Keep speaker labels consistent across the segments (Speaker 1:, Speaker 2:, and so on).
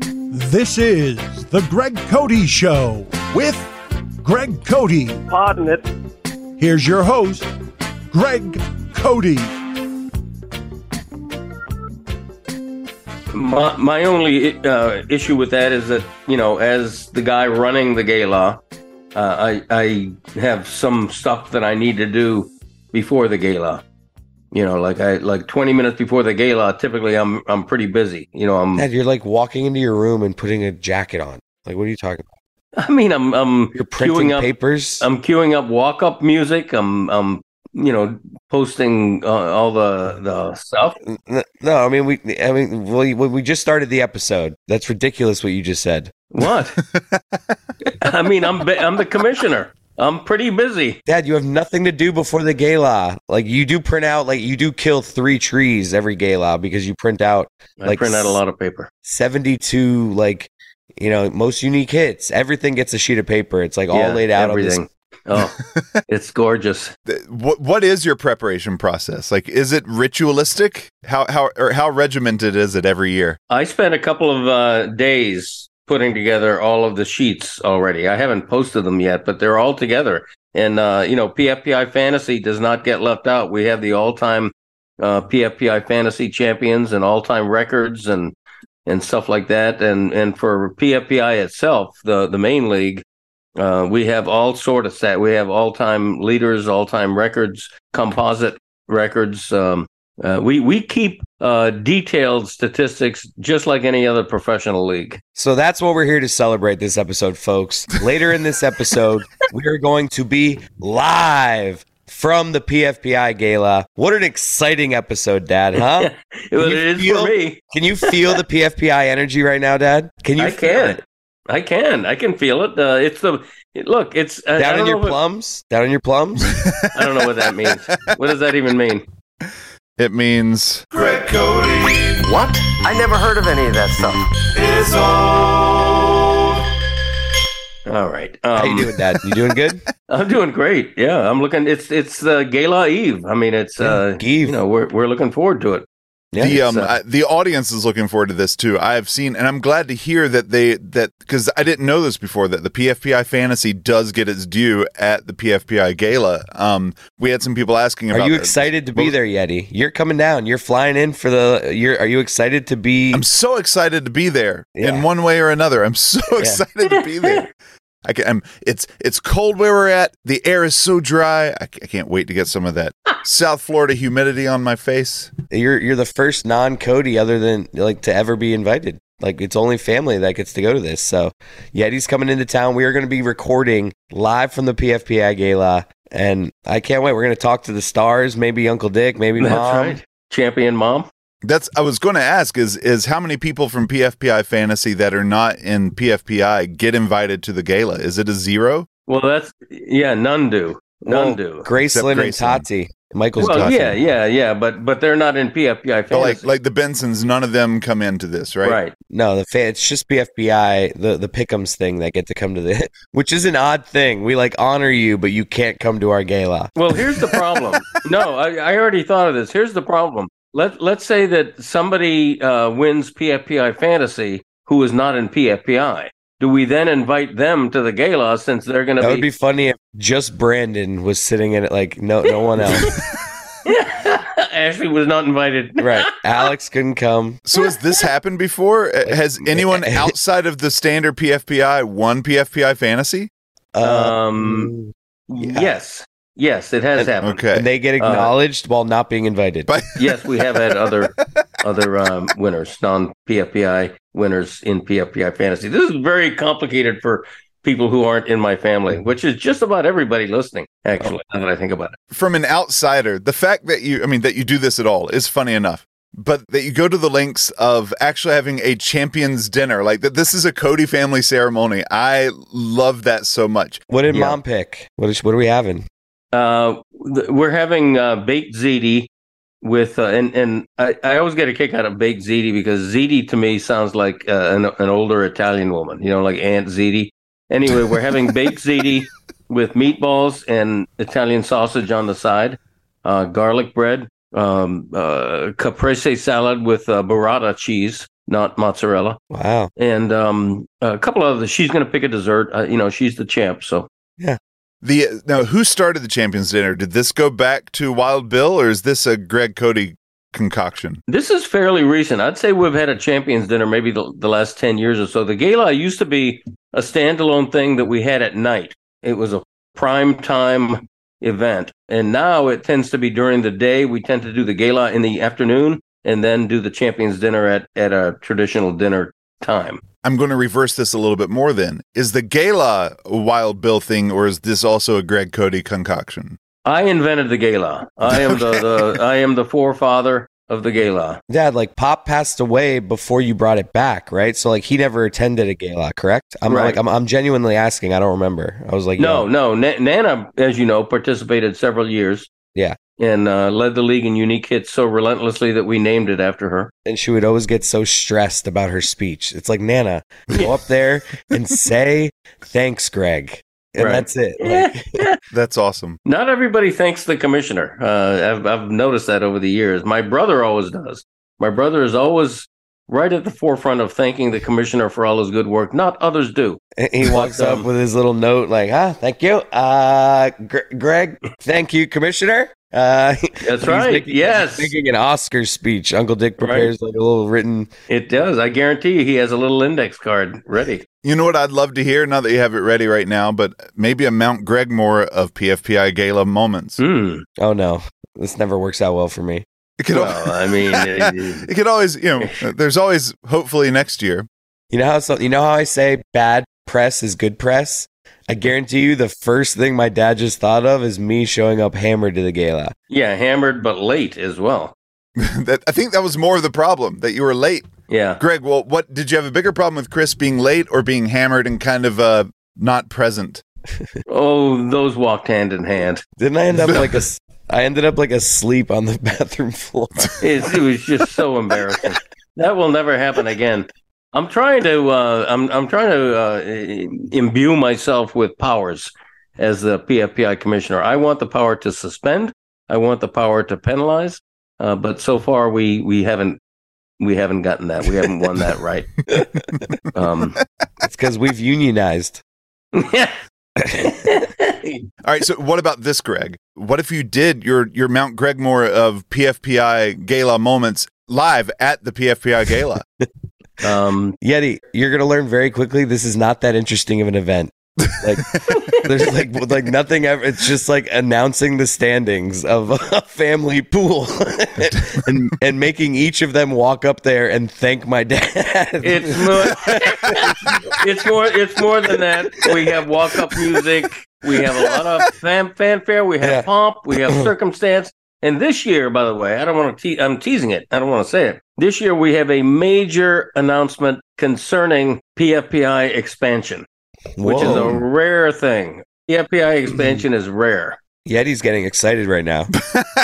Speaker 1: This is The Greg Cody Show with Greg Cody.
Speaker 2: Pardon it.
Speaker 1: Here's your host, Greg Cody.
Speaker 3: My, my only uh, issue with that is that you know, as the guy running the gala, uh, I I have some stuff that I need to do before the gala. You know, like I like twenty minutes before the gala. Typically, I'm I'm pretty busy. You know, I'm
Speaker 4: Dad, you're like walking into your room and putting a jacket on. Like, what are you talking about?
Speaker 3: I mean I'm I'm
Speaker 4: You're printing
Speaker 3: queuing up
Speaker 4: papers.
Speaker 3: I'm queuing up walk up music. I'm I'm you know posting uh, all the the stuff.
Speaker 4: N- no, I mean we. I mean, well, you- we just started the episode. That's ridiculous. What you just said,
Speaker 3: What? I mean, I'm bu- I'm the commissioner. I'm pretty busy.
Speaker 4: Dad. You have nothing to do before the gala. Like, you do print out. Like, you do kill three trees every gala because you print out
Speaker 3: I
Speaker 4: Like
Speaker 3: print out a
Speaker 4: s-
Speaker 3: lot of paper.
Speaker 4: 72 like you know most unique hits everything gets a sheet of paper it's like
Speaker 3: Yeah,
Speaker 4: all laid out on this-
Speaker 3: Everything. Oh, it's gorgeous.
Speaker 5: Th- What what is your preparation process? Like, is it ritualistic? How how or how regimented is it every year?
Speaker 3: I spent a couple of uh, days putting together all of the sheets already. I haven't posted them yet, but they're all together. And uh, you know, PFPI Fantasy does not get left out. We have the all-time uh, PFPI Fantasy champions and all-time records and and stuff like that. And and for PFPI itself, the the main league, uh, we have all sort of stat. We have all-time leaders, all-time records, composite records. Um, uh, we we keep uh, detailed statistics just like any other professional league.
Speaker 4: so that's what we're here to celebrate this episode folks later in this episode we are going to be live from the pfpi gala what an exciting episode dad huh
Speaker 3: Well,
Speaker 4: you
Speaker 3: it is
Speaker 4: feel-
Speaker 3: for me.
Speaker 4: can you feel the pfpi energy right now dad can you
Speaker 3: I
Speaker 4: feel
Speaker 3: can.
Speaker 4: it?
Speaker 3: I can. I can feel it. Uh, it's the it- look. It's I, I
Speaker 4: down
Speaker 3: don't
Speaker 4: in your
Speaker 3: know what,
Speaker 4: plums down in your plums
Speaker 3: I don't know what that means. what does that even mean?
Speaker 5: It means
Speaker 6: What? I never heard of any of that stuff.
Speaker 3: All right.
Speaker 4: how
Speaker 3: Um,
Speaker 4: you doing dad you doing good
Speaker 3: I'm doing great. Yeah, I'm looking. It's it's uh, Gala Eve. I mean, it's uh,
Speaker 4: Eve.
Speaker 3: you know uh, we're we're looking forward to it.
Speaker 4: Yeah,
Speaker 5: the um
Speaker 3: so-
Speaker 5: I, the audience is looking forward to this too. I've seen and I'm glad to hear that they that because I didn't know this before that the PFPI fantasy does get its due at the PFPI gala. Um, we had some people asking about.
Speaker 4: Are you
Speaker 5: that.
Speaker 4: excited to be
Speaker 5: Well-
Speaker 4: there, Yeti? You're coming down. You're flying in for the. You're. Are you excited to be?
Speaker 5: I'm so excited to be there
Speaker 4: Yeah.
Speaker 5: in one way or another. I'm so excited to be there. I can, I'm, it's it's cold where we're at. The air is so dry. I, ca- I can't wait to get some of that South Florida humidity on my face.
Speaker 4: You're. You're the first non-Cody other than like to ever be invited. Like it's only family that gets to go to this. So Yeti's coming into town. We are going to be recording live from the PFPI gala, and I can't wait. We're going to talk to the stars. Maybe Uncle Dick. Maybe
Speaker 3: That's
Speaker 4: Mom.
Speaker 3: right. Champion mom.
Speaker 5: That's I was going to ask is is how many people from PFPI fantasy that are not in PFPI get invited to the gala? Is it a zero?
Speaker 3: Well, that's yeah. None do. None
Speaker 4: Well,
Speaker 3: do.
Speaker 4: Grace
Speaker 5: Except
Speaker 4: Lynn and
Speaker 5: Grace Lynn.
Speaker 4: Tati. Michael's
Speaker 3: Well,
Speaker 4: daughter.
Speaker 3: yeah, yeah, yeah. But but they're not in PFPI.
Speaker 5: So like
Speaker 3: Fantasy.
Speaker 5: like the Bensons, none of them come into this, right?
Speaker 3: right.
Speaker 4: No, the fan, it's just PFBI, the the Pickums thing that get to come to the, which is an odd thing. We like honor you, but you can't come to our gala.
Speaker 3: Well, here's the problem. no, I, I already thought of this. Here's the problem. Let let's say that somebody uh, wins PFPI fantasy who is not in PFPI. Do we then invite them to the gala since they're going
Speaker 4: That
Speaker 3: to
Speaker 4: would
Speaker 3: be?
Speaker 4: be funny if just Brandon was sitting in it, like no, no one else.
Speaker 3: Ashley was not invited.
Speaker 4: right? Alex couldn't come.
Speaker 5: So has this happened before? Has anyone outside of the standard PFPI won PFPI fantasy?
Speaker 4: Uh,
Speaker 3: Um,
Speaker 4: mm,
Speaker 3: Yes, yes, it has happened.
Speaker 5: Okay.
Speaker 4: and they
Speaker 3: uh,
Speaker 4: get acknowledged while not being invited.
Speaker 5: But-
Speaker 3: Yes, we have had other other um, winners, non PFPI winners in PFPI fantasy. This is very complicated for people who aren't in my family, which is just about everybody listening. Actually, now that I think about it.
Speaker 5: from an outsider, the fact that you, I mean, that you do this at all is funny enough, but that you go to the lengths of actually having a champions dinner, like that this is a Cody family ceremony. I love that so much.
Speaker 4: what did
Speaker 3: Yeah.
Speaker 4: mom pick? What is what are we having?
Speaker 3: Uh, th- we're having uh, baked ziti with uh, and and I, I always get a kick out of baked ziti because ziti to me sounds like uh, an an older Italian woman, you know, like Aunt Ziti. Anyway, we're having baked ziti with meatballs and Italian sausage on the side, uh, garlic bread, um, uh, caprese salad with uh, burrata cheese, not mozzarella.
Speaker 4: Wow.
Speaker 3: And um, a couple of the, she's going to pick a dessert. Uh, you know, she's the champ. So
Speaker 5: The now who started the Champions Dinner? Did this go back to Wild Bill or is this a Greg Cody concoction?
Speaker 3: this is fairly recent. I'd say we've had a champions dinner maybe the, the last 10 years or so. The gala used to be a standalone thing that we had at night, it was a prime time event. And now it tends to be during the day. We tend to do the gala in the afternoon and then do the champions dinner at, at a traditional dinner time.
Speaker 5: I'm going to reverse this a little bit more then. Is the gala a Wild Bill thing or is this also a Greg Cody concoction?
Speaker 3: I invented the gala. I am the, the I am the forefather of the gala.
Speaker 4: Dad, like Pop passed away before you brought it back, right? So like he never attended a gala, correct? I'm
Speaker 3: Right.
Speaker 4: like I'm, I'm genuinely asking. I don't remember. I was like,
Speaker 3: No,
Speaker 4: yeah.
Speaker 3: no. Na- Nana, as you know, participated several years.
Speaker 4: Yeah.
Speaker 3: And uh, led the league in unique hits so relentlessly that we named it after her.
Speaker 4: And she would always get so stressed about her speech. It's like Nana, go up there and say thanks, Greg, and
Speaker 3: Right.
Speaker 4: that's it. Like,
Speaker 5: That's awesome.
Speaker 3: Not everybody thanks the commissioner. Uh, I've, I've noticed that over the years. My brother always does. My brother is always right at the forefront of thanking the commissioner for all his good work. Not others do.
Speaker 4: And he walks
Speaker 3: But, um,
Speaker 4: up with his little note, like, ah, thank you, uh, Gr- Greg, thank you, Commissioner. Uh,
Speaker 3: That's
Speaker 4: he's
Speaker 3: right.
Speaker 4: making- he's
Speaker 3: yes,
Speaker 4: making an Oscar speech. Uncle Dick
Speaker 3: Right.
Speaker 4: prepares like a little written.
Speaker 3: it does. I guarantee you he has a little index card ready.
Speaker 5: You know what I'd love to hear now that you have it ready right now, but maybe a Mount Gregmore of PFPI Gala moments.
Speaker 3: Hmm.
Speaker 4: Oh no, this never works out well for me.
Speaker 5: It could, al-
Speaker 3: Well, I mean, it-
Speaker 5: it could always, you know, there's always hopefully next year.
Speaker 4: You know how so, you know how I say bad press is good press. I guarantee you, the first thing my dad just thought of is me showing up hammered to the gala.
Speaker 3: yeah, hammered but late as well.
Speaker 5: that I think that was more of the problem that you were late,
Speaker 3: Yeah.
Speaker 5: Greg. Well, what did you have a bigger problem with Chris being late or being hammered and kind of uh, not present?
Speaker 3: Oh, those walked hand in hand.
Speaker 4: Didn't I end up like a? s- I ended up like asleep on the bathroom floor.
Speaker 3: It's, it was just so embarrassing. That will never happen again. I'm trying to uh, I'm I'm trying to uh, imbue myself with powers as the PFPI commissioner. I want the power to suspend. I want the power to penalize. Uh, but so far, we we haven't we haven't gotten that. We haven't won that right. Um,
Speaker 4: It's because we've unionized.
Speaker 5: All right. So, what about this, Greg? What if you did your your Mount Gregmore of PFPI Gala moments live at the PFPI Gala?
Speaker 3: um,
Speaker 4: Yeti, you're gonna learn very quickly. This is not that interesting of an event. Like there's like like nothing ever. It's just like announcing the standings of a family pool, and and making each of them walk up there and thank my dad.
Speaker 3: It's more. it's more. It's more than that. We have walk-up music. We have a lot of fan, fanfare. We have
Speaker 4: Yeah.
Speaker 3: pomp. We have circumstance. And this year, by the way, I don't want to. Te- I'm teasing it. I don't want to say it. This year, we have a major announcement concerning PFPI expansion, which is a
Speaker 4: Whoa.
Speaker 3: rare thing. PFPI expansion is rare.
Speaker 4: Yeti's getting excited right now.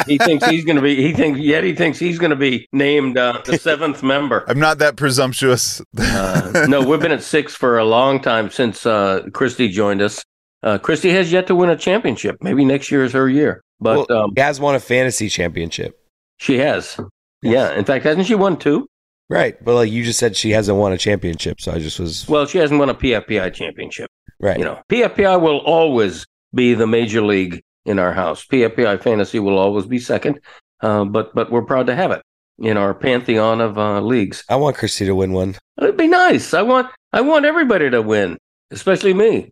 Speaker 3: He thinks he's going to be. He thinks yet. He thinks he's going to be named uh, the seventh member.
Speaker 5: I'm not that presumptuous.
Speaker 3: Uh, no, we've been at six for a long time since uh, Christy joined us. Uh, Christy has yet to win a championship. Maybe next year is her year, but
Speaker 4: well,
Speaker 3: um,
Speaker 4: Gaz won a fantasy championship,
Speaker 3: she has. Yeah, in fact, hasn't she won two?
Speaker 4: right? But like you just said, she hasn't won a championship, so I just was
Speaker 3: Well, she hasn't won a PFPI championship.
Speaker 4: right.
Speaker 3: You know, PFPI will always be the major league in our house. PFPI fantasy will always be second, uh, but but we're proud to have it in our pantheon of uh, leagues.
Speaker 4: I want Christy to win one.
Speaker 3: It'd be nice. I want I want everybody to win, especially me.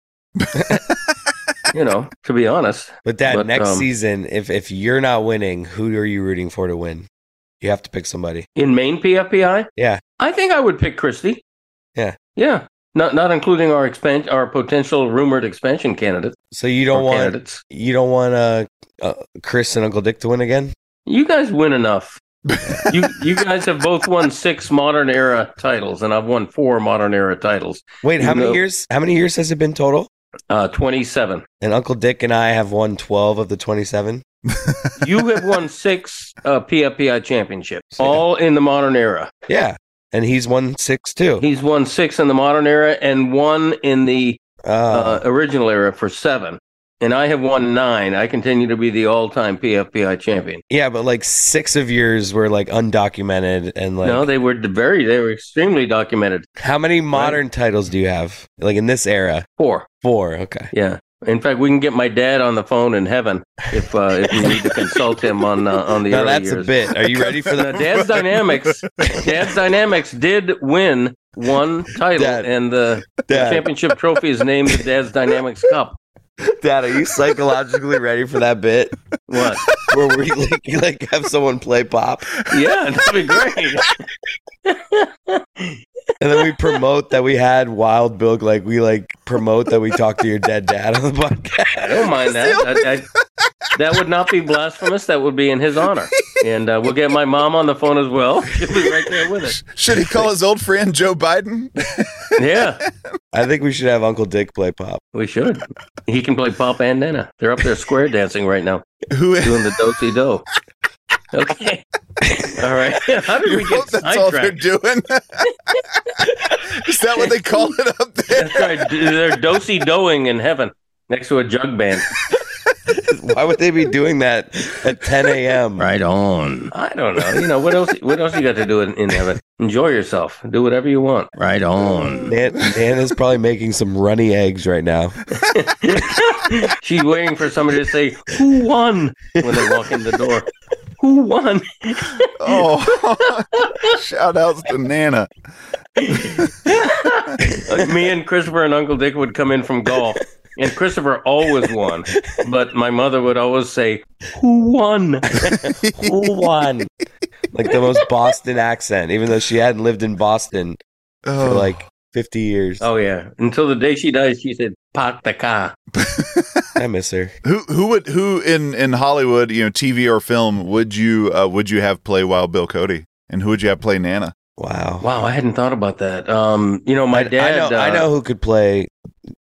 Speaker 3: you know, to be honest.
Speaker 4: But Dad,
Speaker 3: But,
Speaker 4: next
Speaker 3: um,
Speaker 4: season, if if you're not winning, who are you rooting for to win? You have to pick somebody.
Speaker 3: In Maine PFPI?
Speaker 4: Yeah.
Speaker 3: I think I would pick Christie.
Speaker 4: Yeah.
Speaker 3: Yeah. Not not including our expand our potential rumored expansion candidate
Speaker 4: So you
Speaker 3: or
Speaker 4: don't want
Speaker 3: candidates.
Speaker 4: you don't want uh, uh Chris and Uncle Dick to win again.
Speaker 3: You guys win enough. you you guys have both won six modern era titles, and I've won four modern era titles.
Speaker 4: Wait, how
Speaker 3: No.
Speaker 4: many years? How many years has it been total?
Speaker 3: Uh, twenty seven.
Speaker 4: And Uncle Dick and I have won twelve of the twenty-seven.
Speaker 3: You have won six uh, PFPI championships,
Speaker 4: Yeah.
Speaker 3: all in the modern era.
Speaker 4: Yeah, and he's won six too.
Speaker 3: He's won six in the modern era and one in the
Speaker 4: uh,
Speaker 3: uh, original era for seven. and I have won nine. I continue to be the all-time PFPI champion.
Speaker 4: Yeah, but like six of yours were like undocumented and like
Speaker 3: no, they were d- very, they were extremely documented.
Speaker 4: how many modern titles do you have? Like in this era?
Speaker 3: Four,
Speaker 4: Four. Okay.
Speaker 3: yeah. In fact, we can get my dad on the phone in heaven if uh, if you need to consult him on uh, on the
Speaker 4: Now
Speaker 3: early
Speaker 4: that's
Speaker 3: years.
Speaker 4: a bit. Are you ready for
Speaker 3: Now,
Speaker 4: that?
Speaker 3: Dad's Dynamics, Dad's Dynamics did win one title,
Speaker 4: Dad.
Speaker 3: and the
Speaker 4: Dad,
Speaker 3: championship trophy is named the Dad's Dynamics Cup.
Speaker 4: Dad, are you psychologically ready for that bit
Speaker 3: What?
Speaker 4: where we like, like have someone play pop
Speaker 3: Yeah, that'd be great.
Speaker 4: and then we promote that we had Wild Bill? Like we like promote that we talked to your dead dad on the
Speaker 3: I
Speaker 4: podcast.
Speaker 3: don't mind that. I, I- that would not be blasphemous. That would be in his honor. And uh, we'll get my mom on the phone as well. She'll be right there with us.
Speaker 5: Should he call his old friend Joe Biden?
Speaker 3: Yeah,
Speaker 4: I think we should have Uncle Dick play pop.
Speaker 3: we should. He can play Pop and Nana. They're up there square dancing right now,
Speaker 5: Who is
Speaker 3: doing the do si do. Okay. All right. How did we get
Speaker 5: that's all they're
Speaker 3: sidetracked?
Speaker 5: doing? is that what they call it up there?
Speaker 3: That's right. They're do si doing in heaven next to a jug band.
Speaker 4: Why would they be doing that at 10 a.m.?
Speaker 3: on. I don't know. You know what else? What else you got to do in, in heaven? Enjoy yourself. Do whatever you want. Right on.
Speaker 4: Nan- Nana's probably making some runny eggs right now.
Speaker 3: She's waiting for somebody to say, "Who won?" when they walk in the door. Who won?
Speaker 5: Oh, shout outs to Nana.
Speaker 3: Like, Uh, me and Christopher and Uncle Dick would come in from golf, and Christopher always won, but my mother would always say, "Who won?"
Speaker 4: Who won? Like the most Boston accent, even though she hadn't lived in Boston for
Speaker 5: Oh,
Speaker 4: like 50 years.
Speaker 3: Oh yeah. Until the day she dies, she said, "Park the car."
Speaker 4: I miss her.
Speaker 5: who who would who in in Hollywood, you know, TV or film would you uh, would you have play Wild Bill Cody, and who would you have play Nana?
Speaker 4: Wow.
Speaker 3: Wow, I hadn't thought about that. Um, you know,
Speaker 4: I-
Speaker 3: my
Speaker 4: I,
Speaker 3: dad.
Speaker 4: know, I
Speaker 3: uh,
Speaker 4: know who could play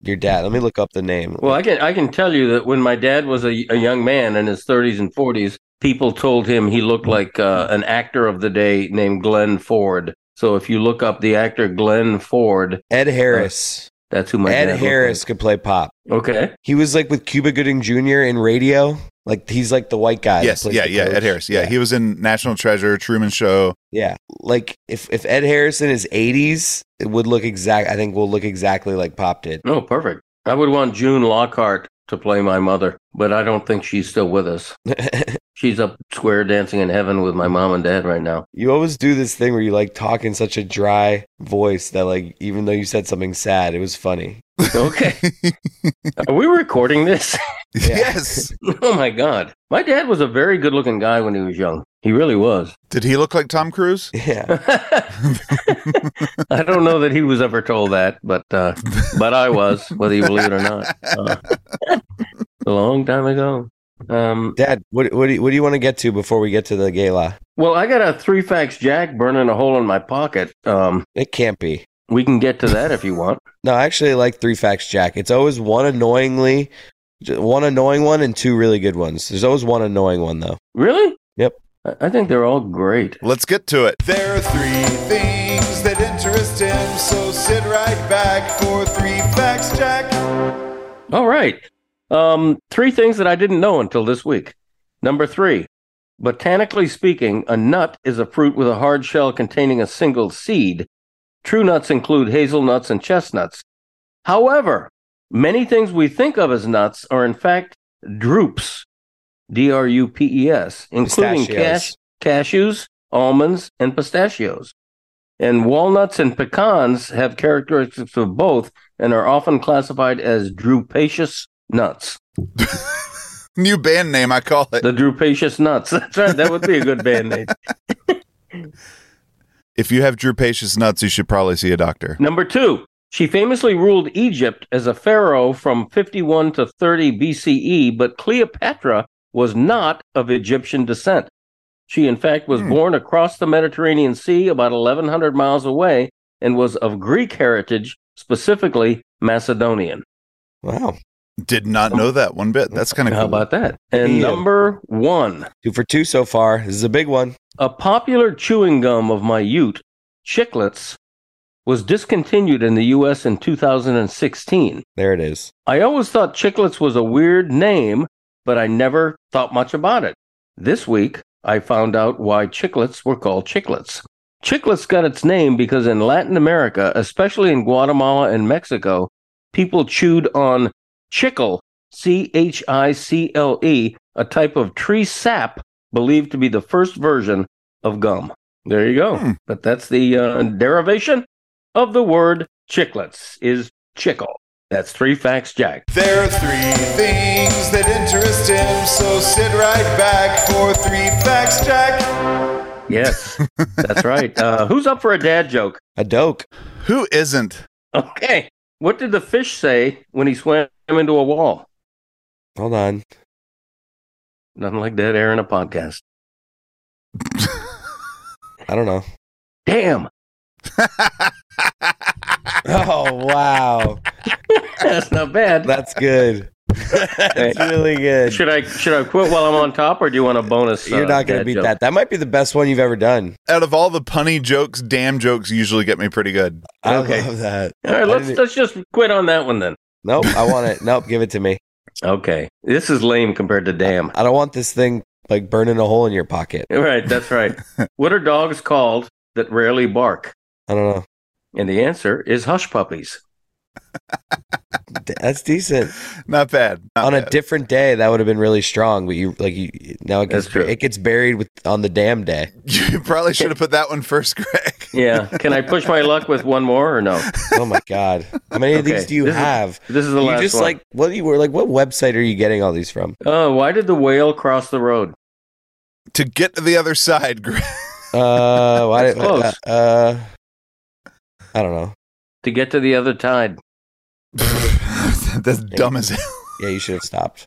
Speaker 4: your dad. Let me look up the name.
Speaker 3: Well, I can I can tell you that when my dad was a, a young man in his 30s and 40s, people told him he looked like uh, an actor of the day named Glenn Ford. So if you look up the actor Glenn Ford,
Speaker 4: Ed Harris.
Speaker 3: that's who Oh, my dad
Speaker 4: Ed
Speaker 3: looked
Speaker 4: Harris could play pop.
Speaker 3: like. Okay,
Speaker 4: He was like with Cuba Gooding Jr. in radio. Like he's like the white guy. that
Speaker 5: yes,
Speaker 4: plays
Speaker 5: yeah,
Speaker 4: the
Speaker 5: yeah,
Speaker 4: coach.
Speaker 5: Ed Harris. Yeah, he was in National Treasure, Truman Show.
Speaker 4: Yeah. Like if, if Ed Harrison is 80s, it would look exact I think will look exactly like Pop did.
Speaker 3: oh perfect. I would want June Lockhart to play my mother, but I don't think she's still with us. She's up square dancing in heaven with my mom and dad right now.
Speaker 4: you always do this thing where you like talk in such a dry voice that like even though you said something sad, it was funny.
Speaker 3: Okay, are we recording this?
Speaker 5: Yes.
Speaker 3: oh my god, my dad was a very good-looking guy when he was young. He really was.
Speaker 5: Did he look like Tom Cruise?
Speaker 4: Yeah.
Speaker 3: I don't know that he was ever told that, but uh, but I was, whether you believe it or not, Uh, a long time ago. Um,
Speaker 4: Dad, what what do you, what do you want to get to before we get to the gala?
Speaker 3: well, I got a three facts jack burning a hole in my pocket. Um,
Speaker 4: It can't be.
Speaker 3: we can get to that if you want.
Speaker 4: No, I actually like three facts, Jack. It's always one annoyingly j- one annoying one and two really good ones. There's always one annoying one though.
Speaker 3: Really?
Speaker 4: Yep.
Speaker 3: I, I think they're all great.
Speaker 5: Let's get to it. There are three things that interest him, so sit right back for three facts, Jack.
Speaker 3: All right. Um, three things that I didn't know until this week. Number three, botanically speaking, a nut is a fruit with a hard shell containing a single seed. True nuts include hazelnuts and chestnuts. However, many things we think of as nuts are in fact drupes, D R U P E S, including
Speaker 4: Pistachios.
Speaker 3: cash, cashews, almonds, and pistachios. And walnuts and pecans have characteristics of both and are often classified as drupaceous nuts.
Speaker 5: New band name, I call it.
Speaker 3: The drupaceous nuts. That's right. That would be a good band name.
Speaker 5: If you have drupaceous nuts, you should probably see a doctor.
Speaker 3: Number two, she famously ruled Egypt as a pharaoh from 51 to 30 BCE, E, but Cleopatra was not of Egyptian descent. She, in fact, was
Speaker 5: Hmm.
Speaker 3: born across the Mediterranean Sea about 1,100 miles away and was of Greek heritage, specifically Macedonian.
Speaker 4: Wow.
Speaker 5: Did not know that one bit. That's kind of
Speaker 3: How
Speaker 5: cool.
Speaker 3: about that? And
Speaker 4: Yeah.
Speaker 3: number one,
Speaker 4: Two for two so far. This is a big one.
Speaker 3: A popular chewing gum of my ute, Chiclets, was discontinued in the US in 2016.
Speaker 4: There it is.
Speaker 3: I always thought Chicklets was a weird name, but I never thought much about it. This week, I found out why Chicklets were called Chicklets. Chicklets got its name because in Latin America, especially in Guatemala and Mexico, people chewed on chicle, C H I C L E, a type of tree sap believed to be the first version of gum. There you go.
Speaker 5: Hmm.
Speaker 3: But that's the uh, derivation of the word chicklets is chickle. That's three facts, Jack.
Speaker 5: There are three things that interest him, so sit right back for three facts, Jack.
Speaker 3: Yes, that's right. Uh, who's up for a dad joke?
Speaker 4: A doke.
Speaker 5: Who isn't?
Speaker 3: Okay. What did the fish say when he swam into a wall?
Speaker 4: Hold on.
Speaker 3: Nothing like dead air in a podcast.
Speaker 4: I don't know.
Speaker 3: Damn,
Speaker 4: Oh wow,
Speaker 3: that's not bad.
Speaker 4: that's good. that's really good.
Speaker 3: Should I should I quit while I'm on top, or do you want a bonus?
Speaker 4: You're
Speaker 3: uh,
Speaker 4: not gonna
Speaker 3: dad
Speaker 4: beat
Speaker 3: joke?
Speaker 4: that. That might be the best one you've ever done.
Speaker 5: Out of all the punny jokes, damn jokes usually get me pretty good.
Speaker 4: I
Speaker 3: Okay.
Speaker 4: love that.
Speaker 3: All right,
Speaker 4: I
Speaker 3: let's
Speaker 4: didn't-
Speaker 3: let's just quit on that one then.
Speaker 4: Nope, I want it. Nope, give it to me.
Speaker 3: Okay, this is lame compared to damn.
Speaker 4: I don't want this thing like burning a hole in your pocket.
Speaker 3: All right, that's right. what are dogs called that rarely bark?
Speaker 4: I don't know.
Speaker 3: And the answer is hush puppies.
Speaker 4: D- That's decent.
Speaker 5: Not bad. Not
Speaker 4: on a
Speaker 5: bad.
Speaker 4: different day, that would have been really strong. But you like you now it
Speaker 3: That's
Speaker 4: gets
Speaker 3: true.
Speaker 4: it gets buried with on the damn day.
Speaker 5: you probably should have put that one first, Greg.
Speaker 3: Yeah. Can I push my luck with one more or no?
Speaker 4: Oh my god, how many of
Speaker 3: Okay,
Speaker 4: these do you
Speaker 3: this is
Speaker 4: have?
Speaker 3: This is the
Speaker 4: You
Speaker 3: last
Speaker 4: just
Speaker 3: one.
Speaker 4: like what you were like. What website are you getting all these from?
Speaker 3: oh, why did the whale cross the road?
Speaker 5: to get to the other side, Greg.
Speaker 4: Uh, why
Speaker 3: That's
Speaker 4: did, uh,
Speaker 3: close.
Speaker 4: uh, I don't know.
Speaker 3: To get to the other tide.
Speaker 5: That's dumb as hell.
Speaker 4: Yeah, you should have stopped.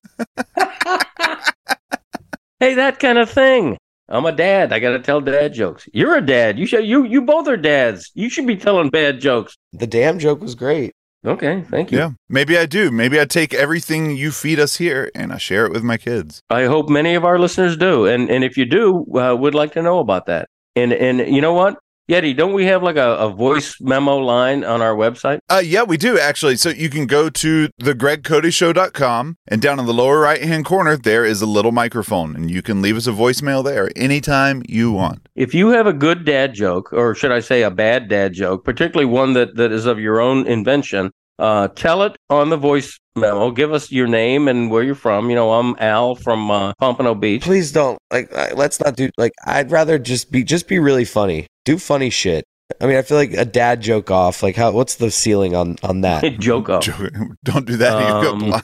Speaker 3: hey, that kind of thing. I'm a dad. I gotta tell dad jokes. You're a dad. You should. You you both are dads. You should be telling bad jokes.
Speaker 4: The damn joke was great.
Speaker 3: Okay, thank you.
Speaker 5: Yeah, maybe I do. Maybe I take everything you feed us here and I share it with my kids.
Speaker 3: I hope many of our listeners do, and and if you do, uh, would like to know about that. And and you know what, Yeti, don't we have like a, a voice memo line on our website?
Speaker 5: Uh, yeah, we do actually. So you can go to thegregcodyshow.com and down in the lower right hand corner, there is a little microphone and you can leave us a voicemail there anytime you want.
Speaker 3: If you have a good dad joke, or should I say a bad dad joke, particularly one that, that is of your own invention, uh, tell it on the voice memo. Give us your name and where you're from. You know, I'm Al from uh, Pompano Beach.
Speaker 4: Please don't like. I- Let's not do like. I'd rather just be just be really funny. Do funny shit. I mean, I feel like a dad joke off. Like, how? What's the ceiling on on that?
Speaker 3: joke up.
Speaker 5: Joke- Don't do that. you go
Speaker 3: Oh. Um,
Speaker 5: blind.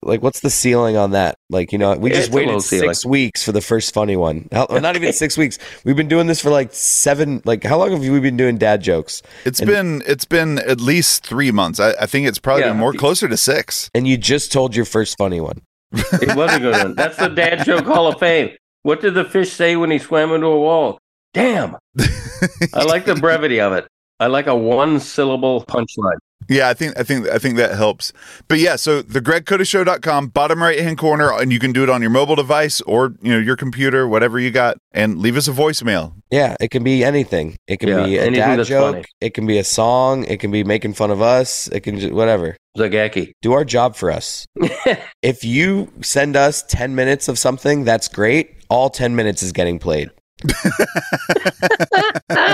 Speaker 4: like what's the ceiling on that like you know we
Speaker 3: It's
Speaker 4: just
Speaker 3: a low
Speaker 4: waited six weeks for the first funny one Hell, not even six weeks we've been doing this for like seven like how long have we been doing dad jokes
Speaker 5: It's
Speaker 4: and-
Speaker 5: been it's been at least three months. I, I think it's probably
Speaker 3: Yeah.
Speaker 5: been more closer to six.
Speaker 4: and you just told your first funny one
Speaker 3: It was a good one. That's the dad joke hall of fame. What did the fish say when he swam into a wall? Damn. I like the brevity of it. I like a one syllable punchline.
Speaker 5: Yeah, I think I think I think that helps. But yeah, so the gregcodyshow.com, bottom right hand corner, and you can do it on your mobile device or you know your computer, whatever you got, and leave us a voicemail.
Speaker 4: yeah it can be anything it can
Speaker 3: Yeah,
Speaker 4: be a
Speaker 3: anything
Speaker 4: dad
Speaker 3: that's
Speaker 4: joke
Speaker 3: funny.
Speaker 4: it can be a song it can be making fun of us it can just whatever
Speaker 3: Zagaki.
Speaker 4: do our job for us if you send us 10 minutes of something that's great all 10 minutes is getting played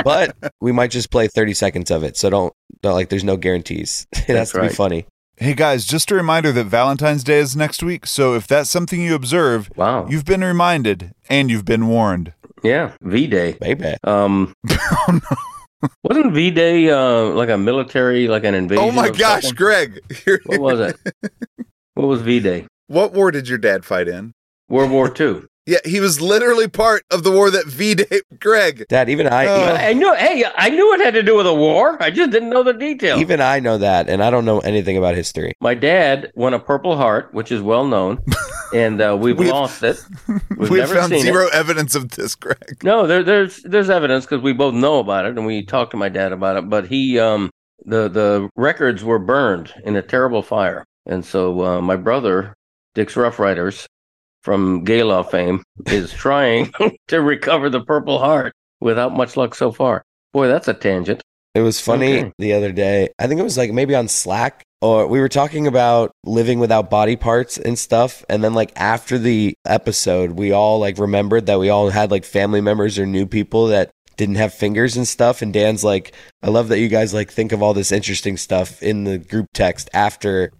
Speaker 4: but we might just play 30 seconds of it so don't, don't like there's no guarantees it has
Speaker 3: That's
Speaker 4: to be
Speaker 3: right.
Speaker 4: funny
Speaker 5: Hey guys, just a reminder that Valentine's Day is next week, so if that's something you observe,
Speaker 3: Wow.
Speaker 5: you've been reminded and you've been warned.
Speaker 3: yeah. V Day.
Speaker 4: baby
Speaker 3: Um, wasn't V Day uh, like a military, like an invasion?
Speaker 5: oh my
Speaker 3: of
Speaker 5: gosh,
Speaker 3: something?
Speaker 5: Greg.
Speaker 3: What was it? what was V Day?
Speaker 5: What war did your dad fight in?
Speaker 3: World War II.
Speaker 5: Yeah, he was literally part of the war that V Day Greg.
Speaker 4: dad even i
Speaker 5: Oh.
Speaker 4: even-
Speaker 3: I knew. Hey, I knew it had to do with a war. I just didn't know the detail.
Speaker 4: even i know that and i don't know anything about history
Speaker 3: my dad won a Purple Heart, which is well known, and uh, we've,
Speaker 5: We've-
Speaker 3: lost it.
Speaker 5: We've,
Speaker 3: never
Speaker 5: found
Speaker 3: seen
Speaker 5: zero evidence of this, Greg.
Speaker 3: No, there, there's there's evidence because we both know about it, and we talked to my dad about it. But he, um, the the records were burned in a terrible fire, and so uh, my brother, Dick's Rough Riders, from Gala fame, is trying to recover the Purple Heart without much luck so far. Boy, that's a tangent.
Speaker 4: It was funny
Speaker 3: Okay.
Speaker 4: the other day. I think it was like maybe on Slack or we were talking about living without body parts and stuff. And then like after the episode, we all like remembered that we all had like family members or new people that didn't have fingers and stuff. And Dan's like, I love that you guys like think of all this interesting stuff in the group text after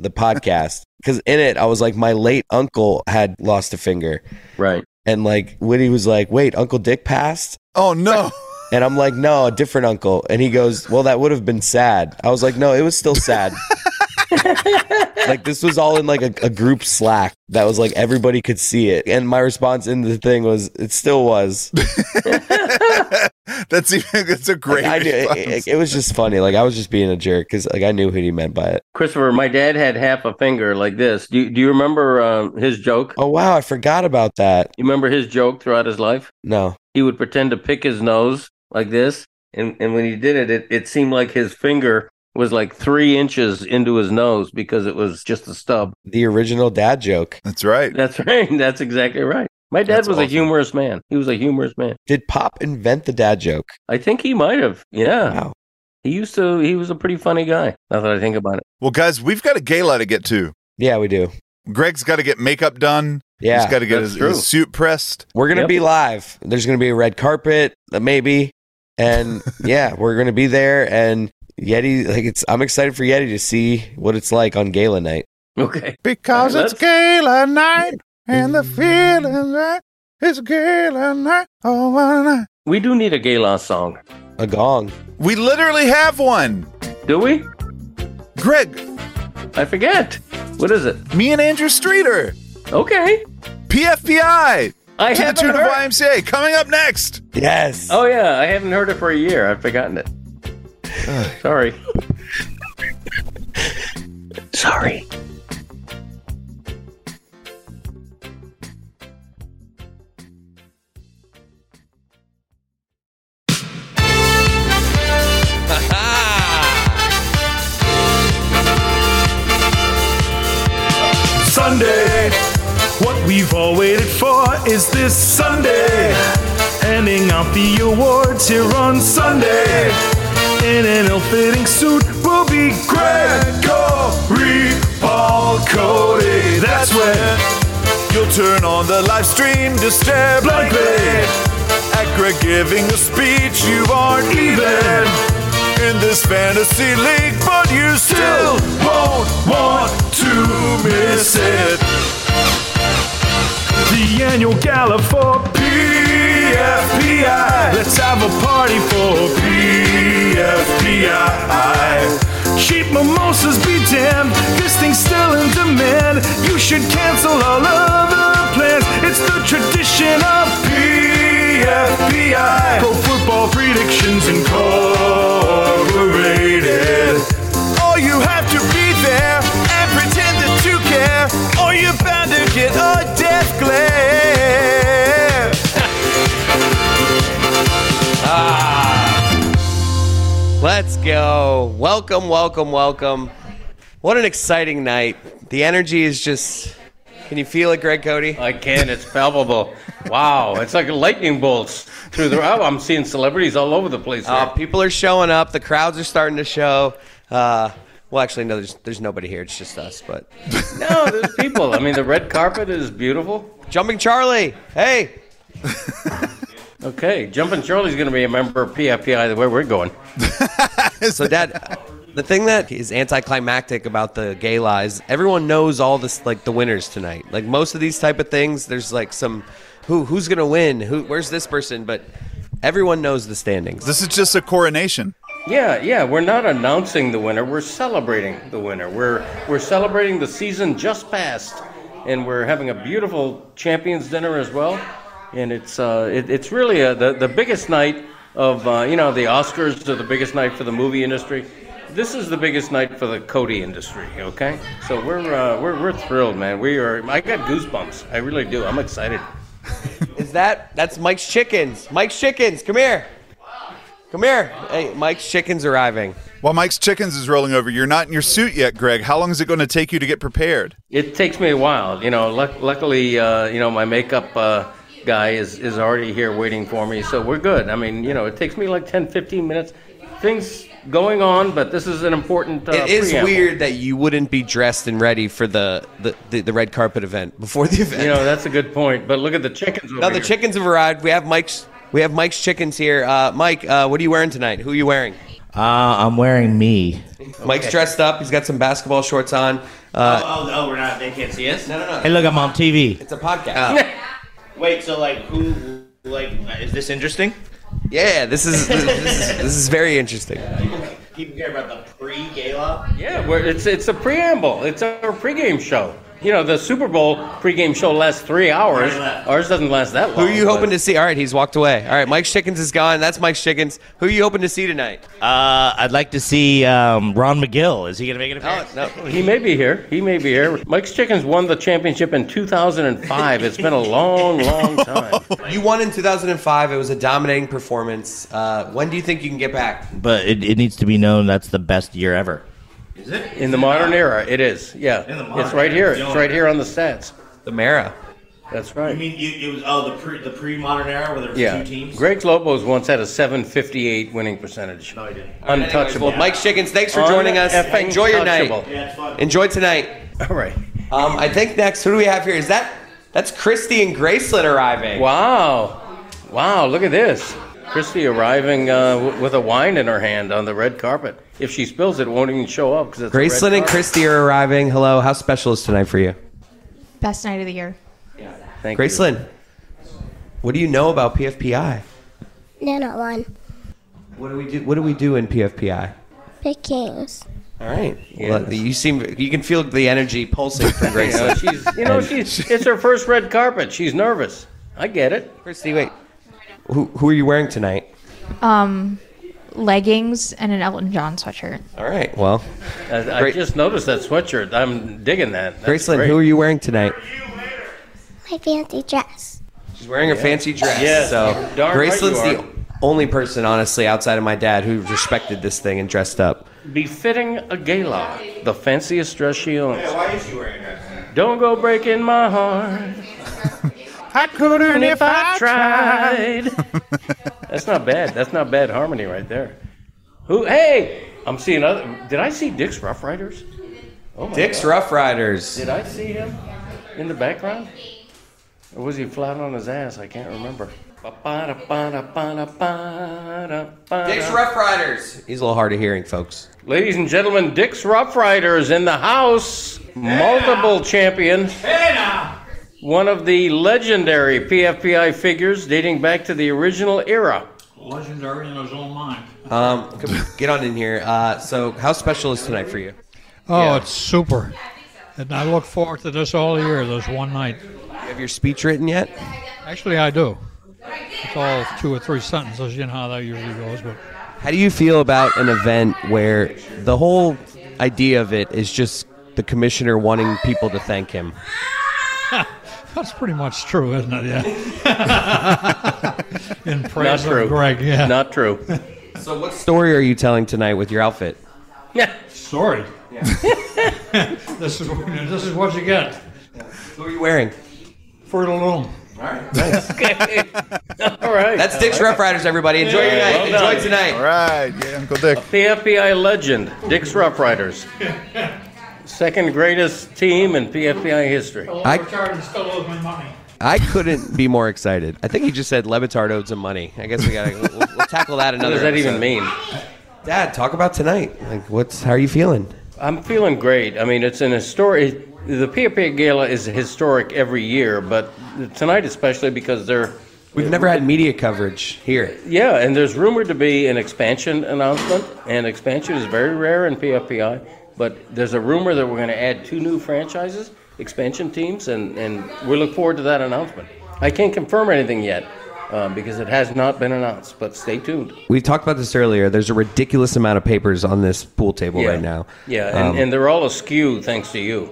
Speaker 4: the podcast. Cause in it, I was like, my late uncle had lost a finger.
Speaker 3: Right.
Speaker 4: And like Woody was like, wait, Uncle Dick passed?
Speaker 5: Oh no.
Speaker 4: And I'm like, no, a different uncle. And he goes, well, that would have been sad. I was like, no, it was still sad. like this was all in like a, a group Slack that was like everybody could see it. And my response in the thing was, it still was.
Speaker 5: that's even that's a great
Speaker 4: Like, I knew, it,
Speaker 5: response.
Speaker 4: it- it was just funny. Like I was just being a jerk because like I knew who he meant by it.
Speaker 3: Christopher, my dad had half a finger like this. Do you, do you remember um, his joke?
Speaker 4: Oh wow, I forgot about that.
Speaker 3: You remember his joke throughout his life?
Speaker 4: No,
Speaker 3: He would pretend to pick his nose like this, and and when he did it, it, it seemed like his finger was like three inches into his nose because it was just a stub.
Speaker 4: the original dad joke.
Speaker 5: That's right.
Speaker 3: That's right. That's exactly right. My dad
Speaker 5: That's
Speaker 3: was a
Speaker 5: awesome.
Speaker 3: humorous man. He was a humorous man.
Speaker 4: Did Pop invent the dad joke?
Speaker 3: I think he might have. Yeah.
Speaker 4: Wow.
Speaker 3: He used to, he was a pretty funny guy. Now that I think about it.
Speaker 5: Well, guys, we've got a gala to get to.
Speaker 4: Yeah, we do.
Speaker 5: Greg's got to get makeup done.
Speaker 4: Yeah.
Speaker 5: He's got to get
Speaker 3: That's
Speaker 5: his,
Speaker 3: true.
Speaker 5: his suit pressed.
Speaker 4: We're gonna
Speaker 3: Yep.
Speaker 4: be live. There's gonna be a red carpet, uh, maybe, and yeah, we're gonna be there. And Yeti, like it's, I'm excited for Yeti to see what it's like on Gala night.
Speaker 3: Okay.
Speaker 5: Because
Speaker 3: All right,
Speaker 5: it's gala night and the feeling right. It's gala night. Oh, what a night.
Speaker 3: We do need a Gala song.
Speaker 4: A gong.
Speaker 5: We literally have one.
Speaker 3: Do we?
Speaker 5: Greg,
Speaker 3: I forget. What is it?
Speaker 5: me and Andrew Streeter,
Speaker 3: Okay.
Speaker 5: PFPI, to
Speaker 3: I
Speaker 5: the
Speaker 3: haven't
Speaker 5: tune of
Speaker 3: heard.
Speaker 5: YMCA, coming up next.
Speaker 4: Yes.
Speaker 3: Oh yeah, I haven't heard it for a year. I've forgotten it. Sorry. Sorry.
Speaker 1: Sunday. What we've all waited for is this Sunday. Handing out the awards here on Sunday. In an ill-fitting suit will be
Speaker 5: Gregory Paul Cody. That's when you'll turn on the live stream to stare blankly at Greg giving a speech. You aren't even in this fantasy league, but you still won't want to miss it.
Speaker 1: the annual gala for
Speaker 5: PFPI.
Speaker 1: Let's have a party for
Speaker 5: PFPI.
Speaker 1: Cheap mimosas be damned, this thing's still in demand. You should cancel all other plans. It's the tradition of
Speaker 5: PFPI.
Speaker 1: pro football predictions and
Speaker 5: Incorporated. All you have to be there and pretend that you care, or you're bound to get a death glare.
Speaker 4: Let's go. Welcome, welcome, welcome. What an exciting night. The energy is just. Can you feel it, Greg Cody?
Speaker 3: I can. It's palpable. Wow, it's like lightning bolts through the. Oh, I'm seeing celebrities all over the place. here.
Speaker 4: Uh, people are showing up. The crowds are starting to show. Uh, well, actually, no, there's, there's nobody here. It's just us. But
Speaker 3: no, there's people. I mean, the red carpet is beautiful.
Speaker 4: Jumping Charlie, hey,
Speaker 3: Okay, Jumpin' Charlie's going to be a member of PFPI the way we're going.
Speaker 4: So, Dad, the thing that is anticlimactic about the gala is everyone knows all this, like the winners tonight. Like most of these type of things, there's like some who who's gonna win, who where's this person, but everyone knows the standings.
Speaker 5: This is just a coronation.
Speaker 3: Yeah, yeah, we're not announcing the winner. We're celebrating the winner. We're we're celebrating the season just passed, and we're having a beautiful champions dinner as well. And it's uh, it, it's really uh the the biggest night of uh, you know the Oscars are the biggest night for the movie industry. This is the biggest night for the Cody industry. Okay, so we're uh, we're we're thrilled, man. We are. I got goosebumps. I really do. I'm excited.
Speaker 4: Is that that's Mike's chickens? Mike's chickens, come here, come here. Hey, Mike's chickens arriving.
Speaker 5: While Mike's Chickens is rolling over, you're not in your suit yet, Greg. How long is it going to take you to get prepared?
Speaker 3: It takes me a while, you know. Luck, luckily, uh, you know, my makeup uh, guy is, is already here waiting for me, so we're good. I mean, you know, it takes me like 10, 15 minutes things going on, but this is an important. Uh,
Speaker 4: It is
Speaker 3: preamble.
Speaker 4: weird that you wouldn't be dressed and ready for the, the, the, the red carpet event before the event.
Speaker 3: You know, that's a good point. But look at the chickens. Over
Speaker 4: now the
Speaker 3: here.
Speaker 4: chickens have arrived. We have Mike's we have Mike's chickens here. Uh, Mike, uh, what are you wearing tonight? Who are you wearing?
Speaker 7: Uh, I'm wearing me.
Speaker 4: Mike's dressed up. He's got some basketball shorts on. Uh,
Speaker 7: Oh, oh, we're not. They can't see us.
Speaker 4: no, no,
Speaker 7: Hey,
Speaker 4: no.
Speaker 7: look, I'm on TV.
Speaker 4: It's a podcast.
Speaker 7: Wait, so like, who? Like, is this interesting?
Speaker 4: Yeah, this is this, is this is very interesting.
Speaker 7: People care about the pre-gala.
Speaker 3: Yeah, we're, it's it's a preamble. It's our pregame show. You know, the Super Bowl pregame show lasts three hours.
Speaker 7: Right left.
Speaker 3: Ours doesn't last that long.
Speaker 4: Who are you hoping to see? All right, he's walked away. All right, Mike's Chickens is gone. That's Mike's Chickens. Who are you hoping to see tonight?
Speaker 7: Uh, I'd like to see um, Ron McGill. Is he gonna make an
Speaker 4: Oh,
Speaker 7: appearance?
Speaker 4: no.
Speaker 3: He may be here. He may be here. Mike's Chickens won the championship in 2005. It's been a long, long time.
Speaker 4: You won in 2005. It was a dominating performance. Uh, when do you think you can get back?
Speaker 7: But it, it needs to be known that's the best year ever.
Speaker 3: In the modern era, it is. Yeah,
Speaker 7: In the modern
Speaker 3: it's right here.
Speaker 7: era,
Speaker 3: It's
Speaker 7: don't-
Speaker 3: right here on the stats.
Speaker 4: The Mara.
Speaker 3: That's right.
Speaker 7: mean you, it was oh the pre the pre-modern era where there were
Speaker 3: Yeah. Greg Lobos once had a 758 winning percentage. No, he didn't. Untouchable.
Speaker 4: Well, Mike's Chickens, thanks for joining us.
Speaker 3: Unaffecting
Speaker 4: Enjoy your night.
Speaker 3: touchable.
Speaker 7: it's fun.
Speaker 4: Enjoy tonight.
Speaker 3: All right.
Speaker 4: Um, I think next, who do we have here? Is that that's Christy and Graceland arriving?
Speaker 3: Wow. Wow, look at this. Christy arriving uh, w- with a wine in her hand on the red carpet. If she spills it, it won't even show up because it's a red
Speaker 4: Graceland and
Speaker 3: carpet.
Speaker 4: Christy are arriving. Hello. How special is tonight for you?
Speaker 8: Best night of the year.
Speaker 3: Thank you.
Speaker 4: Graceland, what do you know about PFPI?
Speaker 9: No, not one.
Speaker 4: What do we do? What do we do in PFPI?
Speaker 9: Pick kings.
Speaker 4: All right. Well, you seem you can feel the energy pulsing from
Speaker 3: You know,
Speaker 4: Graceland.
Speaker 3: she's, you know, she's, it's her first red carpet. She's nervous. I get it.
Speaker 4: Christy, wait. Who who are you wearing tonight?
Speaker 8: Um, leggings and an Elton John sweatshirt.
Speaker 4: All right. Well,
Speaker 3: I, I
Speaker 4: Great.
Speaker 3: just noticed that sweatshirt. I'm digging that. That's
Speaker 4: Graceland,
Speaker 3: great.
Speaker 4: who are you wearing tonight?
Speaker 9: My fancy dress.
Speaker 4: She's wearing a fancy dress.
Speaker 3: Yes,
Speaker 4: So
Speaker 3: darn right
Speaker 4: Graceland's
Speaker 3: you are.
Speaker 4: the only person, honestly, outside of my dad, who respected this thing and dressed up.
Speaker 3: Befitting a gala, the fanciest dress she owns. why is she wearing that? Don't go breaking my heart. I couldn't if I tried. That's not bad. That's not bad harmony right there. Who? Hey, I'm seeing other. Did I see Dick's Rough Riders? Oh my
Speaker 4: Dick's
Speaker 3: God.
Speaker 4: Rough Riders.
Speaker 3: Did I see him in the background? Or was he flat on his ass? I can't remember.
Speaker 4: Dick's
Speaker 3: Dick's
Speaker 4: Rough Riders. He's a little hard of hearing, folks.
Speaker 3: Ladies and gentlemen, Dick's Rough Riders in the house, multiple champion. One of the legendary PFPI figures dating back to the original era.
Speaker 10: Legendary in his own mind.
Speaker 4: Um, come- get on in here. Uh, so, how special is tonight for you?
Speaker 10: Oh,
Speaker 4: Yeah.
Speaker 10: it's super. And I look forward to this all year, this one night.
Speaker 4: You have your speech written yet?
Speaker 10: Actually, I do. It's all two or three sentences, you know how that usually goes. But
Speaker 4: How do you feel about an event where the whole idea of it is just the commissioner wanting people to thank him?
Speaker 10: that's pretty much true, isn't it? Yeah. in
Speaker 3: Not
Speaker 10: praise
Speaker 3: true.
Speaker 10: of Greg, yeah.
Speaker 3: Not true.
Speaker 4: So, what story are you telling tonight with your outfit?
Speaker 3: Yeah.
Speaker 10: Sorry. this, is, this is what you get.
Speaker 4: Who are you wearing?
Speaker 10: Fruit of the Loom.
Speaker 3: All right.
Speaker 4: That's Dick's Rough Riders, everybody. Enjoy your night.
Speaker 3: Well done.
Speaker 4: Enjoy tonight.
Speaker 11: All right, yeah, Uncle Dick.
Speaker 3: PFPI legend, Dick's Rough Riders. Second greatest team in PFPI history.
Speaker 4: I-
Speaker 10: Charlie still owes me money.
Speaker 4: I couldn't be more excited. I think he just said Levitard owed some money. I guess we gotta we'll, we'll tackle
Speaker 3: What
Speaker 4: that another.
Speaker 3: does that even
Speaker 4: episode.
Speaker 3: mean?
Speaker 4: Dad, talk about tonight. Like, what's how are you feeling?
Speaker 3: I'm feeling great. I mean, it's an historic. The PFPI Gala is historic every year, but tonight especially because they're
Speaker 4: We've never had media coverage here.
Speaker 3: Yeah, and there's rumored to be an expansion announcement, and expansion is very rare in PFPI. But there's a rumor that we're going to add two new franchises, expansion teams, and, and we look forward to that announcement. I can't confirm anything yet uh, because it has not been announced, but stay tuned.
Speaker 4: We talked about this earlier. There's a ridiculous amount of papers on this pool table right now.
Speaker 3: Yeah, and,
Speaker 4: Um,
Speaker 3: and they're all askew thanks to you.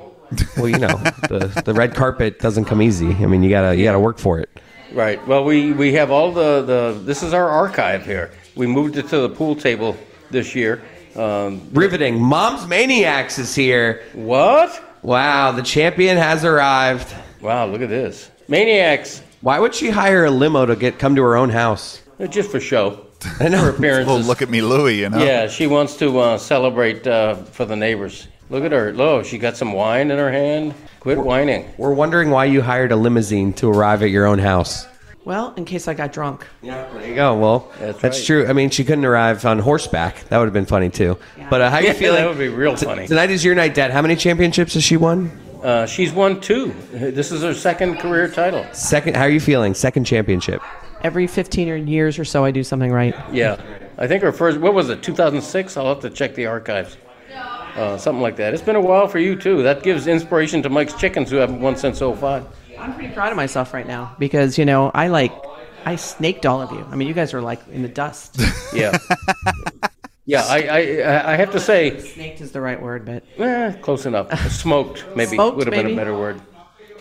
Speaker 4: well, you know, the, the red carpet doesn't come easy. I mean, you gotta you gotta work for it.
Speaker 3: Right. Well, we, we have all the, the, this is our archive here. We moved it to the pool table this year. Um,
Speaker 4: Riveting. Mom's Maniacs is here.
Speaker 3: what?
Speaker 4: Wow, the champion has arrived.
Speaker 3: Wow, look at this. Maniacs,
Speaker 4: Why would she hire a limo to get come to her own house?
Speaker 3: Uh, just for show.
Speaker 4: I know.
Speaker 3: Her appearances.
Speaker 5: Well, look at me, Louie. You know.
Speaker 3: Yeah, she wants to uh, celebrate uh, for the neighbors. Look at her. Oh, she got some wine in her hand. Quit whining.
Speaker 4: We're wondering why you hired a limousine to arrive at your own house.
Speaker 12: Well, in case I got drunk. Yeah.
Speaker 4: There you go. Well, that's,
Speaker 3: right.
Speaker 4: true. I mean, she couldn't arrive on horseback. That would have been funny too. But uh, how you
Speaker 3: Yeah,
Speaker 4: feeling?
Speaker 3: that would be real
Speaker 4: T-
Speaker 3: funny.
Speaker 4: Tonight is your night, Dad. How many championships has she won?
Speaker 3: Uh, she's won two. This is her second career title.
Speaker 4: Second. How are you feeling? Second championship.
Speaker 12: Every 15 or years or so, I do something right.
Speaker 3: Yeah. I think her first, what was it, 2006? I'll have to check the archives. Uh, something like that. It's been a while for you, too. That gives inspiration to Mike's Chickens, who haven't won since 05.
Speaker 12: I'm pretty proud of myself right now because, you know, I like, I snaked all of you. I mean, you guys are like in the dust.
Speaker 3: Yeah. yeah, I, I, I- I have to say,
Speaker 12: snaked is the right word, but.
Speaker 3: eh, close enough. Smoked, maybe,
Speaker 12: Smoked,
Speaker 3: would have been a
Speaker 12: maybe?
Speaker 3: better word.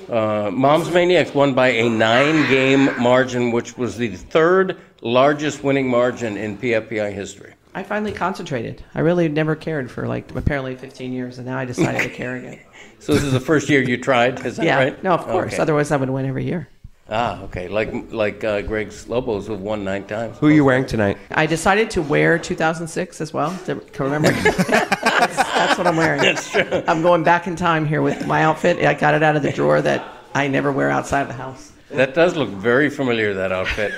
Speaker 3: Uh, Moms Maniacs won by a nine game margin, which was the third largest winning margin in PFPI history.
Speaker 12: I finally concentrated. I really never cared for like apparently 15 years, and now I decided to care again.
Speaker 3: So this is the first year you tried, is that
Speaker 12: yeah,
Speaker 3: right?
Speaker 12: no, of course.
Speaker 3: Okay.
Speaker 12: Otherwise, I would win every year.
Speaker 3: Ah, okay. Like like uh, Greg Slobos, who've won nine times.
Speaker 4: Who are you wearing tonight?
Speaker 12: I decided to wear 2006 as well to remember. that's, that's what I'm wearing. That's true. I'm going back in time here with my outfit. I got it out of the drawer that I never wear outside of the house.
Speaker 3: That does look very familiar. That outfit,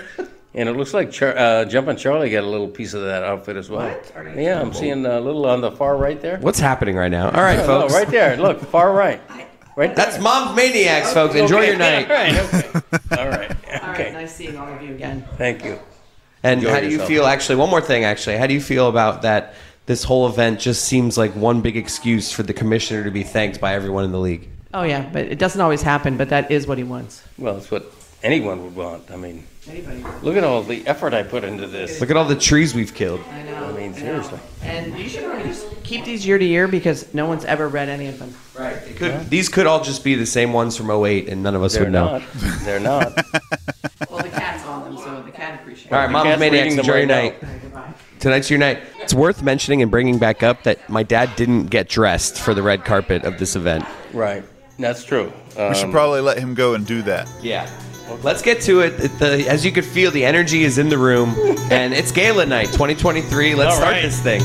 Speaker 3: and it looks like Char- uh, Jumpin' Charlie got a little piece of that outfit as well. Yeah, I'm seeing a little on the far right there.
Speaker 4: What's happening right now? All right,
Speaker 3: No, no,
Speaker 4: folks.
Speaker 3: right there. Look, far right. Right. There.
Speaker 4: That's Mom's Maniacs, folks. Enjoy
Speaker 3: Okay,
Speaker 4: your night.
Speaker 3: All right. Okay. All right. Okay.
Speaker 12: All right, nice seeing all of you again.
Speaker 3: Thank you.
Speaker 4: And
Speaker 3: Enjoy
Speaker 4: how do you
Speaker 3: yourself.
Speaker 4: feel? Actually, one more thing. Actually, how do you feel about that? This whole event just seems like one big excuse for the commissioner to be thanked by everyone in the league.
Speaker 12: Oh yeah, but it doesn't always happen. But that is what he wants.
Speaker 3: Well, it's what anyone would want. I mean,
Speaker 12: Anybody.
Speaker 3: look at all the effort I put into this.
Speaker 4: Look at all the trees we've killed.
Speaker 12: I know.
Speaker 3: I mean, seriously.
Speaker 12: And you should probably just keep these year to year because no one's ever read any of them.
Speaker 4: It Could, These could all just be the same ones from 08, and none of us
Speaker 3: They're
Speaker 4: would know.
Speaker 3: not. They're not.
Speaker 12: Well, the cat's on them, so the cat appreciates.
Speaker 4: All right, Mom's
Speaker 3: cat's
Speaker 4: Maniacs,
Speaker 3: reading them
Speaker 4: enjoy your
Speaker 3: right now.
Speaker 4: night. Tonight's your night. It's worth mentioning and bringing back up that my dad didn't get dressed for the red carpet of this event.
Speaker 3: Right. That's true. Um,
Speaker 5: We should probably let him go and do that.
Speaker 4: Yeah. Let's get to it. It- The, as you could feel, the energy is in the room, and it's gala night 2023. Let's
Speaker 3: All
Speaker 4: start
Speaker 3: right.
Speaker 4: this thing.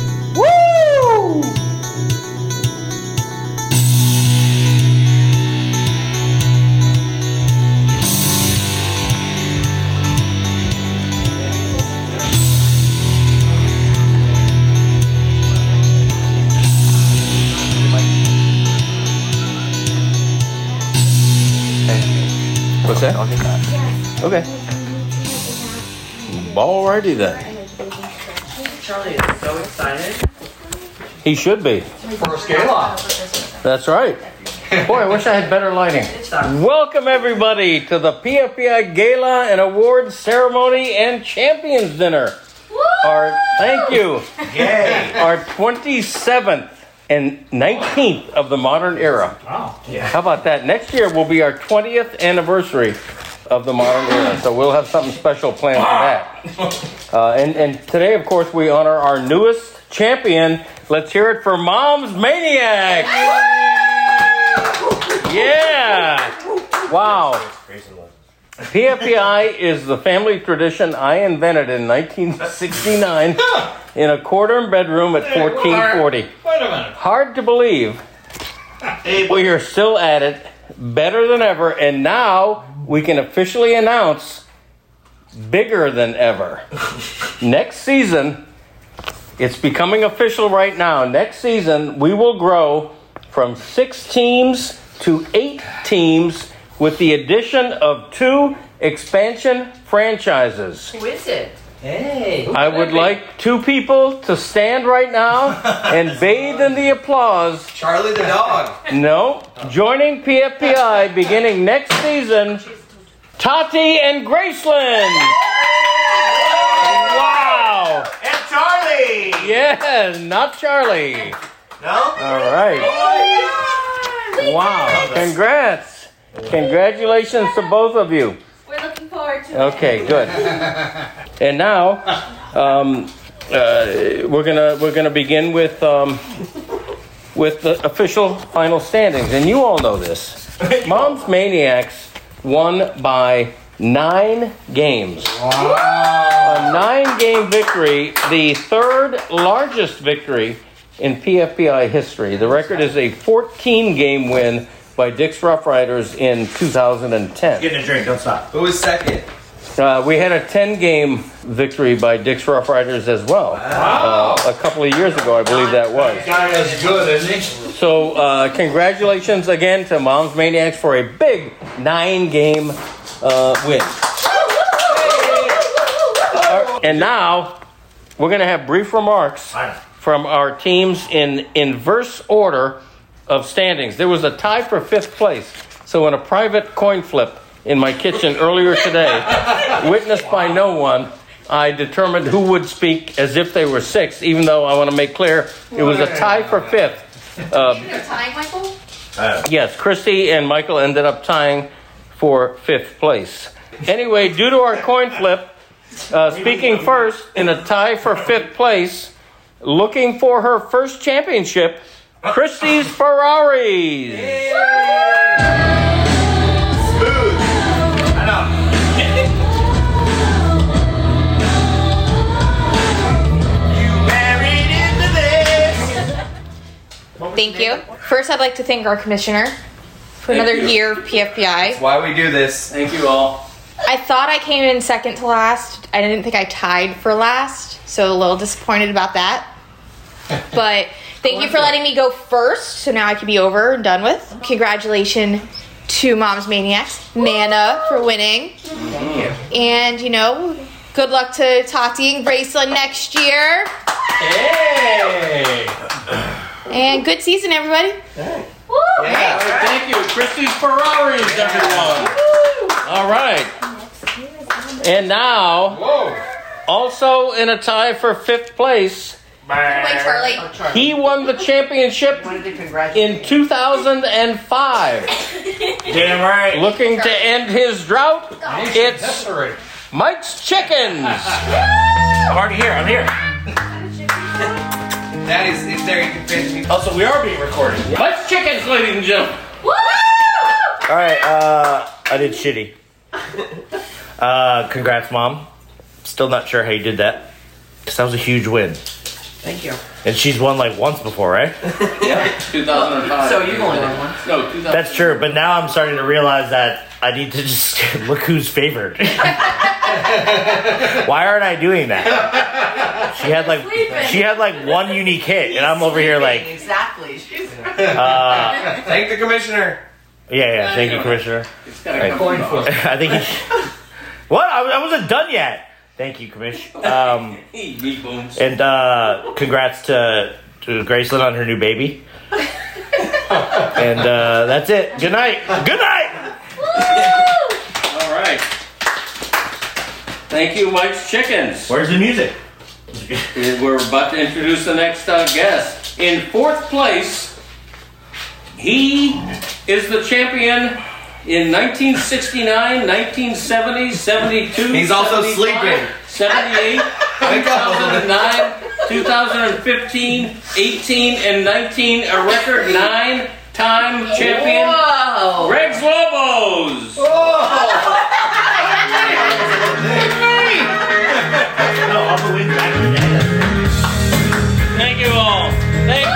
Speaker 3: what's that? Okay. Alrighty then.
Speaker 12: Charlie is so excited.
Speaker 3: He should be. That's right. Boy, I wish I had better lighting. Welcome everybody to the PFPI Gala and Awards Ceremony and Champions Dinner. Our thank you. Our 27th and 19th of the modern era. Wow. How about that? Next year will be our 20th anniversary of the modern era. So we'll have something special planned for that. Uh, and, and today, of course, we honor our newest champion. Let's hear it for Mom's Maniacs. Yeah. Wow. PFPI is the family tradition I invented in 1969 in a quarter bedroom at 1440.
Speaker 10: Wait a minute.
Speaker 3: Hard to believe. We are still at it, better than ever, and now we can officially announce bigger than ever. Next season, it's becoming official right now. Next season, we will grow from six teams to eight teams with the addition of two expansion franchises.
Speaker 12: Who is it?
Speaker 3: I would like two people to stand right now and bathe in the applause. Charlie the dog. No. Joining PFPI beginning next season, Tati and Graceland. Wow.
Speaker 1: And Charlie!
Speaker 3: Yes, not Charlie.
Speaker 1: No?
Speaker 3: All right. Wow. Congrats. Congratulations to both of you.
Speaker 13: We're looking forward to
Speaker 3: Okay, good. and now, um, uh, we're gonna we're gonna begin with um, with the official final standings, and you all know this. Mom's Maniacs won by nine games. Wow! a nine game victory, the third largest victory in PFBI history. The record is a 14 game win by Dick's Rough Riders in 2010.
Speaker 14: Getting a drink, don't stop.
Speaker 15: Who was second?
Speaker 3: Uh, we had a 10 game victory by Dick's Rough Riders as well. Uh, a couple of years ago, I believe that was.
Speaker 15: Guy is good, isn't he?
Speaker 3: So, uh, congratulations again to Moms Maniacs for a big nine game uh, win. Uh, And now, we're going to have brief remarks from our teams in inverse order of standings. There was a tie for fifth place. So, in a private coin flip in my kitchen earlier today, witnessed by no one, I determined who would speak as if they were sixth, even though I want to make clear it was a tie for fifth. Uh,
Speaker 8: tying, Michael?
Speaker 3: Yes, Christy and Michael ended up tying for fifth place. Anyway, due to our coin flip, uh, speaking first in a tie for fifth place, looking for her first championship, Christy's Ferraris.
Speaker 7: Married into this.
Speaker 8: Thank you. First, I'd like to thank our commissioner for
Speaker 15: Thank
Speaker 8: another
Speaker 15: you.
Speaker 8: year of PFBI.
Speaker 15: That's why we do this. Thank you all.
Speaker 8: I thought I came in second to last. I didn't think I tied for last, so a little disappointed about that. But thank you for letting me go first, so now I can be over and done with. Congratulations to Moms Maniacs, Mana, for winning. And, you know, good luck to Tati and Graceland next year.
Speaker 7: Hey!
Speaker 8: And good season, everybody.
Speaker 7: Yeah, thank you. Christy's Ferraris, everyone.
Speaker 3: All right. And now, also in a tie for fifth place, he won the championship in 2005.
Speaker 7: Damn right.
Speaker 3: Looking to end his drought, it's Mike's Chickens.
Speaker 7: I'm already here. I'm here.
Speaker 15: That is, is there you can finish me.
Speaker 7: Also, we are being recorded.
Speaker 3: Mike's Chickens, ladies and gentlemen.
Speaker 7: All right, uh, I did shitty. Uh, congrats, mom. Still not sure how you did that. Cause that was a huge win,
Speaker 12: Thank you.
Speaker 7: and she's won like once before, right?
Speaker 3: Yeah, 2005.
Speaker 12: So you've only won once.
Speaker 3: No, 2000.
Speaker 7: That's true. But now I'm starting to realize that I need to just look who's favored. Why aren't I doing that? She had like she had like one unique hit, and I'm over here like,
Speaker 12: Exactly.
Speaker 7: uh,
Speaker 15: Thank the commissioner.
Speaker 7: yeah, yeah. Thank you, Commissioner.
Speaker 15: gotta come Coin from flip.
Speaker 7: I think. He, what? I, I wasn't done yet. Thank you, Commish. Um, and uh, congrats to, to Gracelyn on her new baby. and uh, that's it. Good night. Good night.
Speaker 3: All right. Thank you, Mike's Chickens.
Speaker 7: Where's the music?
Speaker 3: We're about to introduce the next uh, guest. In fourth place, he is the champion in 1969, 1970, 72.
Speaker 15: He's also
Speaker 3: 75,
Speaker 15: sleeping.
Speaker 3: 78,
Speaker 15: Wake up a little bit.
Speaker 3: 2009, 2015, 18, and 19. A record nine time champion.
Speaker 7: Whoa.
Speaker 3: Rex Lobos. Thank you all. Thank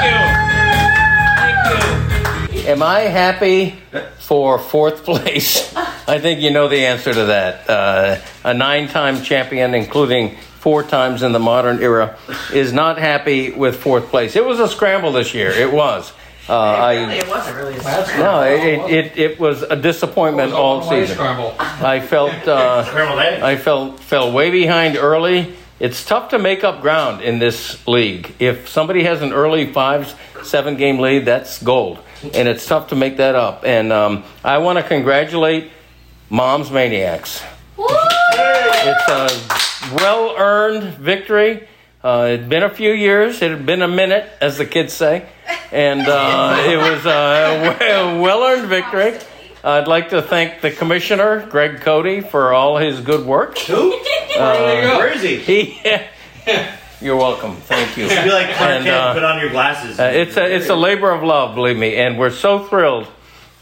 Speaker 3: you. Thank you. Am I happy for fourth place? I think you know the answer to that. Uh, a nine time champion, including four times in the modern era, is not happy with fourth place. It was a scramble this year. It was. Uh, I,
Speaker 12: It wasn't really.
Speaker 3: no, it, it, it was a disappointment all season. I felt uh, I fell fell way behind early. It's tough to make up ground in this league. If somebody has an early five seven game lead, that's gold, and it's tough to make that up. And um, I want to congratulate Moms Maniacs. It's a well earned victory. Uh, it'd been a few years. It had been a minute, as the kids say. And uh, it was a well earned victory. I'd like to thank the commissioner, Greg Cody, for all his good work. Who?
Speaker 7: Where is he?
Speaker 3: you're welcome. Thank you.
Speaker 7: You should be like Clark
Speaker 3: And,
Speaker 7: Kent,
Speaker 3: uh,
Speaker 7: put on your glasses.
Speaker 3: uh, it's a it's a labor of love, believe me, and we're so thrilled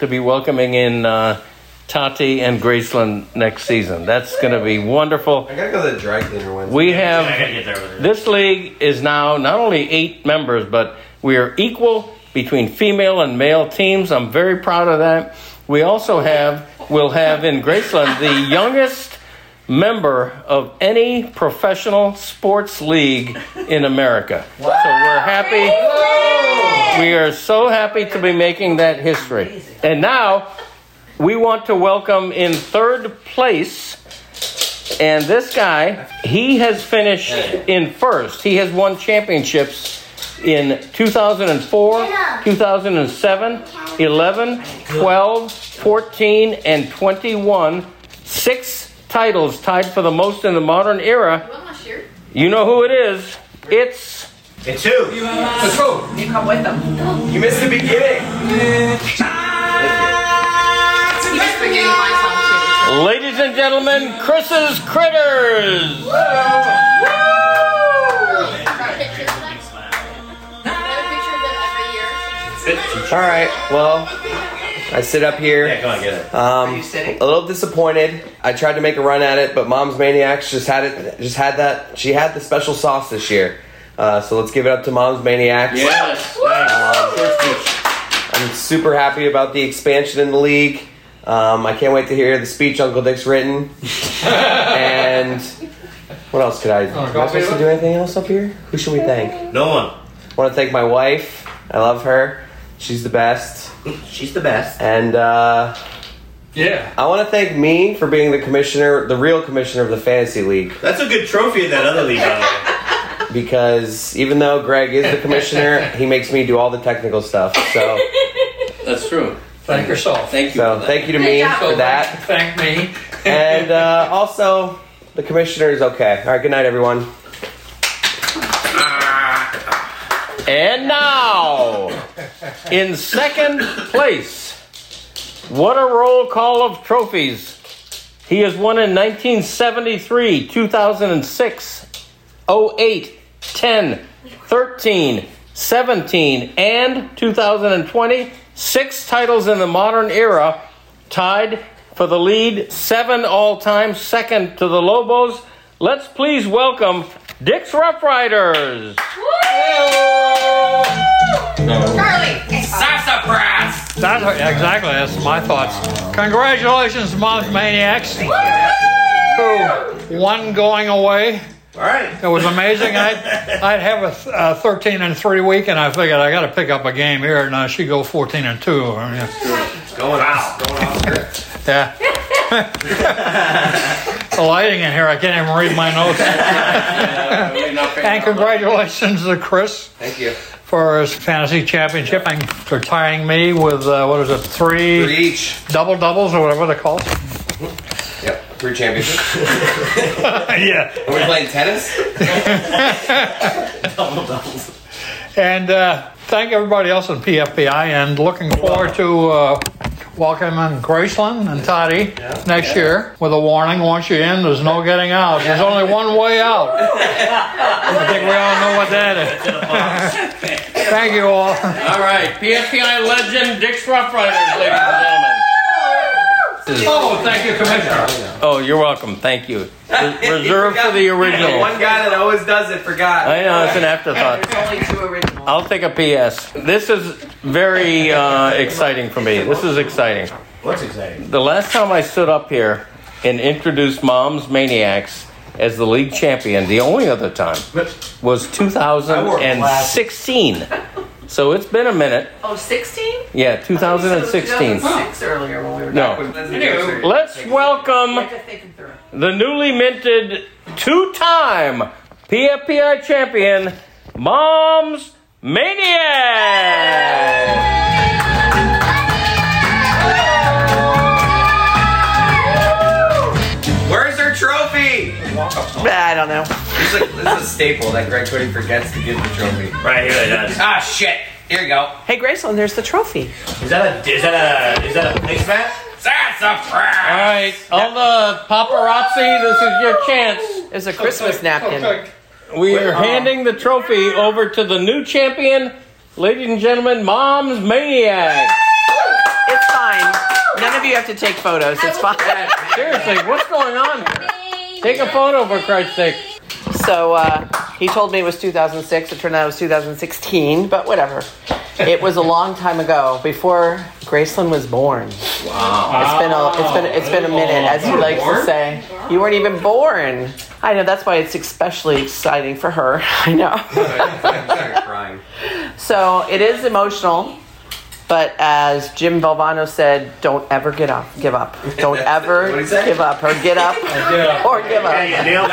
Speaker 3: to be welcoming in uh, Tati and Graceland next season. That's going to be wonderful.
Speaker 4: I gotta go to the dry cleaner Wednesday.
Speaker 3: We have this league is now not only eight members, but we are equal between female and male teams. I'm very proud of that. We also have will have in Graceland the youngest member of any professional sports league in America. So we're happy. We are so happy to be making that history. And now we want to welcome in third place. And this guy, he has finished in first. He has won championships in 2004, 2007, 11, 12, 14, and 21. Six titles tied for the most in the modern era. You know who it is. It's.
Speaker 13: It's who? Let's go.
Speaker 12: You come with them.
Speaker 13: You missed the beginning.
Speaker 8: You missed the beginning of my song,
Speaker 3: Ladies and gentlemen, Chris's Critters!
Speaker 8: too. Got a picture of them? Got a picture of them every year?
Speaker 4: All right. Well, I sit up here. Yeah,
Speaker 7: go on, get it.
Speaker 4: Um, a little disappointed. I tried to make a run at it, but Mom's Maniacs just had it. Just had that. She had the special sauce this year. Uh, so let's give it up to Mom's Maniacs.
Speaker 13: Yes.
Speaker 4: I'm super happy about the expansion in the league. Um, I can't wait to hear the speech Uncle Dick's written. and what else could I? Am I supposed to do anything else up here? Who should we thank?
Speaker 7: No one.
Speaker 4: want to thank my wife. I love her. She's the best.
Speaker 7: She's the best.
Speaker 4: And uh,
Speaker 7: Yeah.
Speaker 4: I want to thank me for being the commissioner, the real commissioner of the fantasy league,
Speaker 7: That's a good trophy in that other league, by the way.
Speaker 4: because even though Greg is the commissioner, he makes me do all the technical stuff. So
Speaker 16: That's true. Thank yourself. Thank you.
Speaker 4: So
Speaker 16: for that.
Speaker 4: thank you to me for that.
Speaker 16: Thank me.
Speaker 4: and uh, also, the commissioner is okay. All right, good night, everyone.
Speaker 3: And now, in second place, what a roll call of trophies. He has won in 1973, 2006, 08, 10, 13, 17, and 2020. Six titles in the modern era, tied for the lead, seven all time, second to the Lobos. Let's please welcome Dick's Rough Riders.
Speaker 8: Charlie! Sassafras!
Speaker 10: That's what- exactly. That's my thoughts. Congratulations, Mom's Maniacs. Who one going away? All right. It was amazing. I'd, I'd have a, th- a 13 and three week, and I figured I got to pick up a game here, and uh, she go 14 and two. Uh, I mean,
Speaker 13: Going out. Going out.
Speaker 10: Yeah. the lighting in here, I can't even read my notes. and congratulations to Chris.
Speaker 4: Thank you.
Speaker 10: For his fantasy championship and for tying me with, uh, what is it, three,
Speaker 4: Three each.
Speaker 10: double doubles or whatever they're called.
Speaker 4: Yep, three championships.
Speaker 10: yeah.
Speaker 4: Are we playing tennis?
Speaker 10: And uh, thank everybody else in PFPI and looking forward to uh, welcoming Graceland and Toddy next year with a warning once you're in, there's no getting out. There's only one way out. I think we all know what that is. thank you all.
Speaker 3: All right, PFPI legend Dick's Rough Riders, ladies and gentlemen.
Speaker 10: Oh, thank you, Commissioner.
Speaker 3: Oh, you're welcome. Thank you. Re- Reserved for the original.
Speaker 4: One guy that always does it forgot.
Speaker 3: I know, it's an
Speaker 7: uh,
Speaker 3: afterthought.
Speaker 12: There's only two original.
Speaker 3: I'll take a PS. This is very uh, exciting for me. This is exciting.
Speaker 13: What's exciting?
Speaker 3: The last time I stood up here and introduced Mom's Maniacs as the league champion, the only other time was 2016. So it's been a minute.
Speaker 12: Oh, 16?
Speaker 3: Yeah, 2016.
Speaker 12: earlier when we were
Speaker 3: No. Let's welcome the newly minted two-time PFPI champion, Moms Maniac.
Speaker 4: Where's her trophy?
Speaker 12: I don't know.
Speaker 4: It's like this is a staple that Greg Cody forgets to give the trophy.
Speaker 7: Right here it does.
Speaker 4: Ah shit! Here you go.
Speaker 12: Hey, Graceland, there's the trophy.
Speaker 7: Is that a is that a is that a placemat?
Speaker 3: All right, all the paparazzi, this is your chance.
Speaker 12: It's a Christmas napkin.
Speaker 3: We
Speaker 17: uh,
Speaker 3: are handing the trophy over to the new champion, ladies and gentlemen, Moms Maniac.
Speaker 12: It's fine. None of you have to take photos. It's fine.
Speaker 7: Seriously, what's going on here? Take a photo for Christ's sake.
Speaker 12: So uh, he told me it was 2006. It turned out it was 2016, but whatever. It was a long time ago, before Graceland was born. Wow. It's been a, it's been it's been a minute, as he
Speaker 7: You were
Speaker 12: likes to
Speaker 7: born?
Speaker 12: say. You weren't even born. I know that's why it's especially exciting for her. I know.
Speaker 7: Crying.
Speaker 12: So it is emotional, but as Jim Valvano said, don't ever get up, give up. Don't ever
Speaker 7: What'd he say?
Speaker 12: give up, or get up, or give up.
Speaker 7: Don't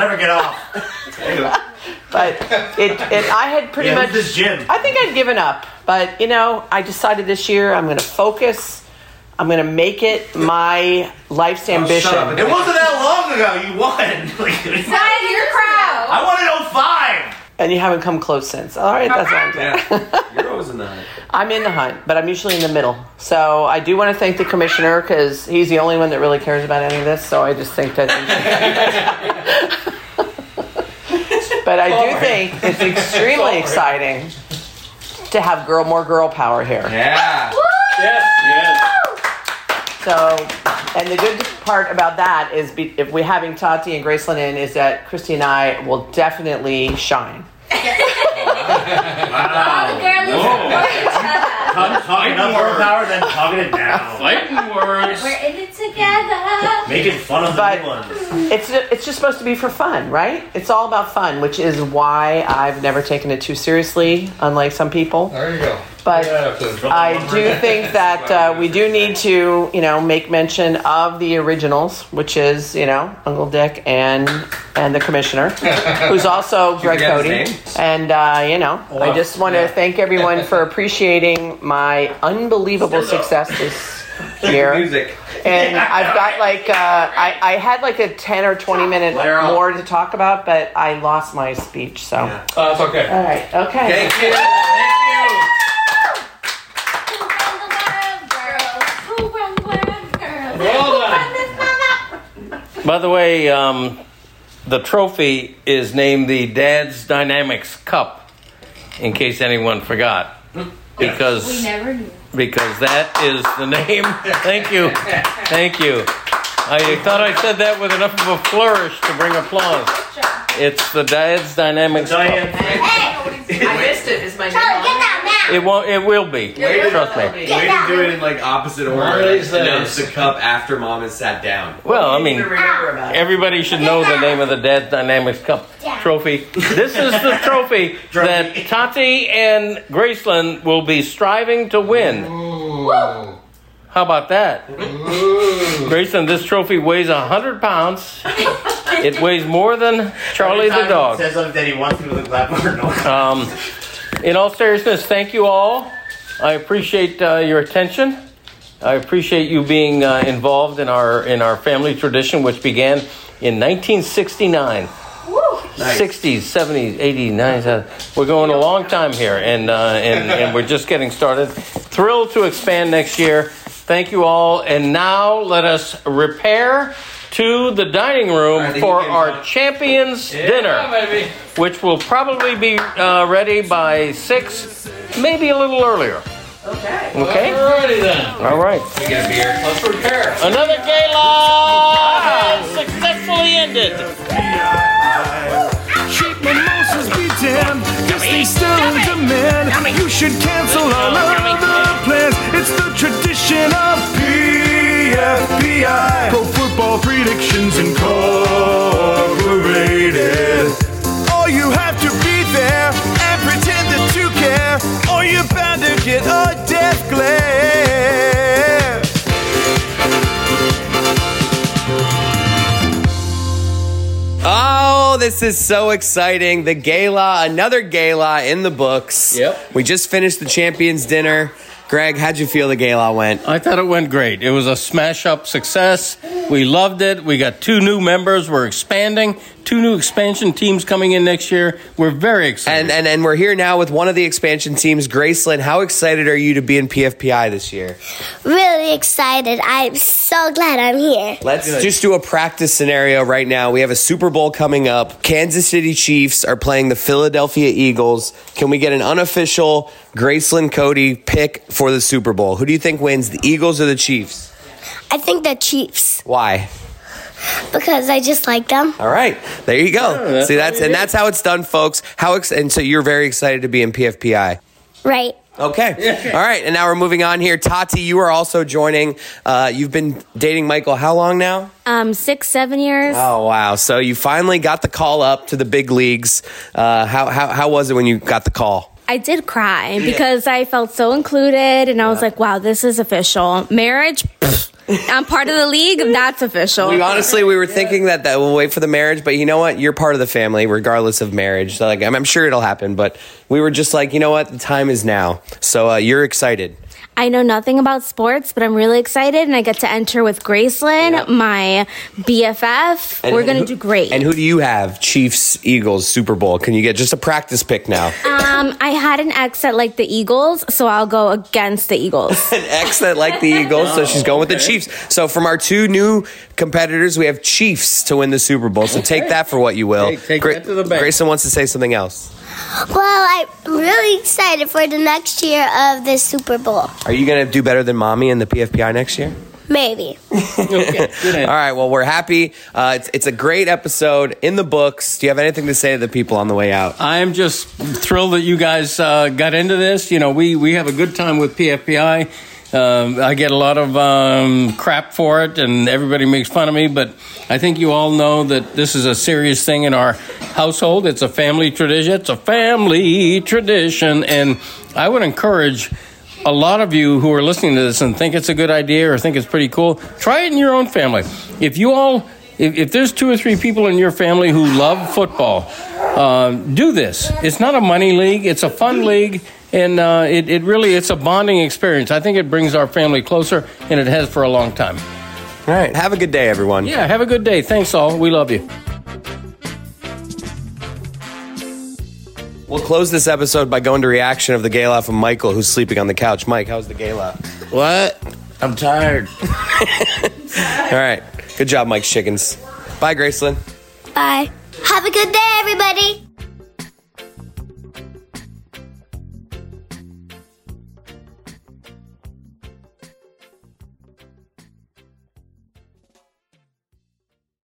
Speaker 7: ever get off.
Speaker 12: But it, it I had pretty
Speaker 7: Yeah,
Speaker 12: much.
Speaker 7: this is Jim.
Speaker 12: I think I'd given up, but you know, I decided this year I'm going to focus. I'm going to make it my life's ambition.
Speaker 7: Oh, Shut up. It wasn't that long ago. You won.
Speaker 13: It's not in your crowd.
Speaker 7: I oh wanted 05.
Speaker 12: And you haven't come close since. All right, that's what I'm doing.
Speaker 4: You're always in the hunt.
Speaker 12: I'm in the hunt, but I'm usually in the middle. So I do want to thank the commissioner because he's the only one that really cares about any of this. So I just think that. but I do think it's extremely exciting to have girl more girl power here.
Speaker 4: Yeah.
Speaker 7: Yes. Yes.
Speaker 12: So, and the good part about that is be, if we having Tati and Graceland in is that Christy and I will definitely shine.
Speaker 13: All the girlies
Speaker 7: Whoa.
Speaker 13: are for each other.
Speaker 7: Talk- Talking up more power than talking it down.
Speaker 17: Fighting words.
Speaker 13: We're in it together.
Speaker 7: Making fun of the
Speaker 12: But-
Speaker 7: new ones.
Speaker 12: It's it's just supposed to be for fun, right? It's all about fun, which is why I've never taken it too seriously, unlike some people.
Speaker 10: There you go.
Speaker 12: But
Speaker 10: Yeah,
Speaker 12: I do think that uh, we do need to, you know, make mention of the originals, which is, you know, Uncle Dick and and the commissioner, who's also
Speaker 7: You
Speaker 12: Greg
Speaker 7: forgot
Speaker 12: Cody.
Speaker 7: his name?
Speaker 12: And uh, you know, I
Speaker 7: Olaf,
Speaker 12: just want to
Speaker 7: yeah.
Speaker 12: thank everyone for appreciating my unbelievable success this year.
Speaker 4: Uh, Music.
Speaker 12: And I've got like uh, I, I had like a ten or twenty minute more to talk about, but I lost my speech. So
Speaker 10: Uh, it's okay.
Speaker 12: all right, okay.
Speaker 4: Thank you. Thank you.
Speaker 13: Who run the world, girls?
Speaker 17: Well
Speaker 13: Who
Speaker 17: done.
Speaker 13: run this mother?
Speaker 3: By the way, um, the trophy is named the Dad's Dynamics Cup, in case anyone forgot,
Speaker 13: We
Speaker 3: because
Speaker 13: never knew.
Speaker 3: because that is the name. Thank you, thank you. I thought I said that with enough of a flourish to bring applause. It's the Dad's Dynamics Cup.
Speaker 12: I missed it. Is my
Speaker 13: Charlie, get down now.
Speaker 3: It won't. It will be. Trust me.
Speaker 4: Way to do it in like opposite
Speaker 7: One
Speaker 4: order.
Speaker 7: of
Speaker 4: Like,
Speaker 7: these
Speaker 4: announced the
Speaker 7: days.
Speaker 4: cup after mom has sat down.
Speaker 3: Well, I mean,
Speaker 12: remember about
Speaker 3: everybody should know the name of the Dad's Dynamics Cup trophy. This is the trophy that Tati and Graceland will be striving to win.
Speaker 10: Ooh.
Speaker 3: How about that? Graceland, this trophy weighs 100 pounds. It weighs more than Charlie the
Speaker 7: Every time
Speaker 3: dog.
Speaker 7: he Says something that he wants me to look up or no.
Speaker 3: Um, in all seriousness, thank you all. I appreciate uh, your attention. I appreciate you being uh, involved in our in our family tradition, which began in 1969.
Speaker 4: Nice.
Speaker 3: 60s, 70s, 80s, 90s. We're going a long time here, and, uh, and, and we're just getting started. Thrilled to expand next year. Thank you all. And now let us repair to the dining room
Speaker 4: I think
Speaker 3: for
Speaker 4: you can
Speaker 3: our
Speaker 4: talk.
Speaker 3: champions dinner
Speaker 7: baby.
Speaker 3: which will probably be uh, ready by six, maybe a little earlier. Okay. Okay.
Speaker 7: Alrighty then.
Speaker 3: All right.
Speaker 4: We get a beer.
Speaker 7: Let's prepare.
Speaker 3: Another gala has successfully ended.
Speaker 1: Cheap mimosas be damned, yes they still in demand. You should cancel all other plans. It's the tradition of PFPI. Pro football predictions incorporated. Or you have to be there and pretend that you care, or you're bound to get a death glare.
Speaker 4: Oh, this is so exciting. The gala, another gala in the books. Yep. We just finished the champions dinner. Greg, how'd you feel the gala went?
Speaker 3: I thought it went great. It was a smash up success. We loved it. We got two new members. We're expanding. Two new expansion teams coming in next year. We're very excited.
Speaker 4: And, and and we're here now with one of the expansion teams, Graceland. How excited are you to be in PFPI this year?
Speaker 9: Really excited. I'm so glad I'm here.
Speaker 4: Let's just do a practice scenario right now. We have a Super Bowl coming up. Kansas City Chiefs are playing the Philadelphia Eagles. Can we get an unofficial Graceland Cody pick for the Super Bowl. Who do you think wins, the Eagles or the Chiefs?
Speaker 9: I think the Chiefs
Speaker 4: Why?
Speaker 9: because I just like them.
Speaker 4: All right, there you go.
Speaker 9: Yeah, that's
Speaker 4: See,
Speaker 9: what
Speaker 4: that's
Speaker 9: we
Speaker 4: and
Speaker 9: do.
Speaker 4: that's how it's done, folks. How ex- and so you're very excited to be in PFPI.
Speaker 9: Right.
Speaker 4: Okay.
Speaker 9: Yeah.
Speaker 4: All right. And now we're moving on here. Tati, you are also joining. Uh, you've been dating Michael how long now?
Speaker 13: Um, six, seven years.
Speaker 4: Oh wow! So you finally got the call up to the big leagues. Uh, how how how was it when you got the call?
Speaker 13: I did cry because I felt so included, and I was like, "Wow, this is official. Marriage. pfft, I'm part of the league. That's official."
Speaker 4: We honestly we were thinking that that we'll wait for the marriage, but you know what? You're part of the family, regardless of marriage. So like I'm, I'm sure it'll happen, but we were just like, you know what? The time is now. So uh, you're excited.
Speaker 13: I know nothing about sports, but I'm really excited, and I get to enter with Graceland, my BFF.
Speaker 4: And
Speaker 13: We're gonna
Speaker 4: who-
Speaker 13: do great.
Speaker 4: And who do you have? Chiefs, Eagles, Super Bowl. Can you get just a practice pick now?
Speaker 13: um, I had an ex that liked the Eagles, so I'll go against the Eagles.
Speaker 4: an ex that liked the Eagles, so she's going
Speaker 18: Oh,
Speaker 4: with the Chiefs. So from our two new competitors, we have Chiefs to win the Super Bowl. So take that for what you will.
Speaker 18: Take- take that to the bank.
Speaker 4: Grayson wants to say something else.
Speaker 9: Well, I'm really excited for the next year of the Super Bowl.
Speaker 4: Are you going to do better than mommy in the PFPI next year?
Speaker 9: Maybe.
Speaker 4: All right. Well, we're happy. Uh, it's, it's a great episode in the books. Do you have anything to say to the people on the way out?
Speaker 3: I am just thrilled that you guys uh, got into this. You know, we, we have a good time with PFPI. Um, I get a lot of um, crap for it, and everybody makes fun of me. But I think you all know that this is a serious thing in our household. It's a family tradition. It's a family tradition, and I would encourage a lot of you who are listening to this and think it's a good idea or think it's pretty cool, try it in your own family. If you all, if, if there's two or three people in your family who love football, um, do this. It's not a money league; it's a fun league, and uh, it, it really it's a bonding experience. I think it brings our family closer, and it has for a long time.
Speaker 4: All right. Have a good day, everyone.
Speaker 3: Yeah, have a good day. Thanks all. We love you.
Speaker 4: We'll close this episode by going to reaction of the gala from Michael, who's sleeping on the couch. Mike, how's the gala? What? I'm tired. All right. Good job, Mike's chickens. Bye, Graceland.
Speaker 9: Bye. Have a good day, everybody.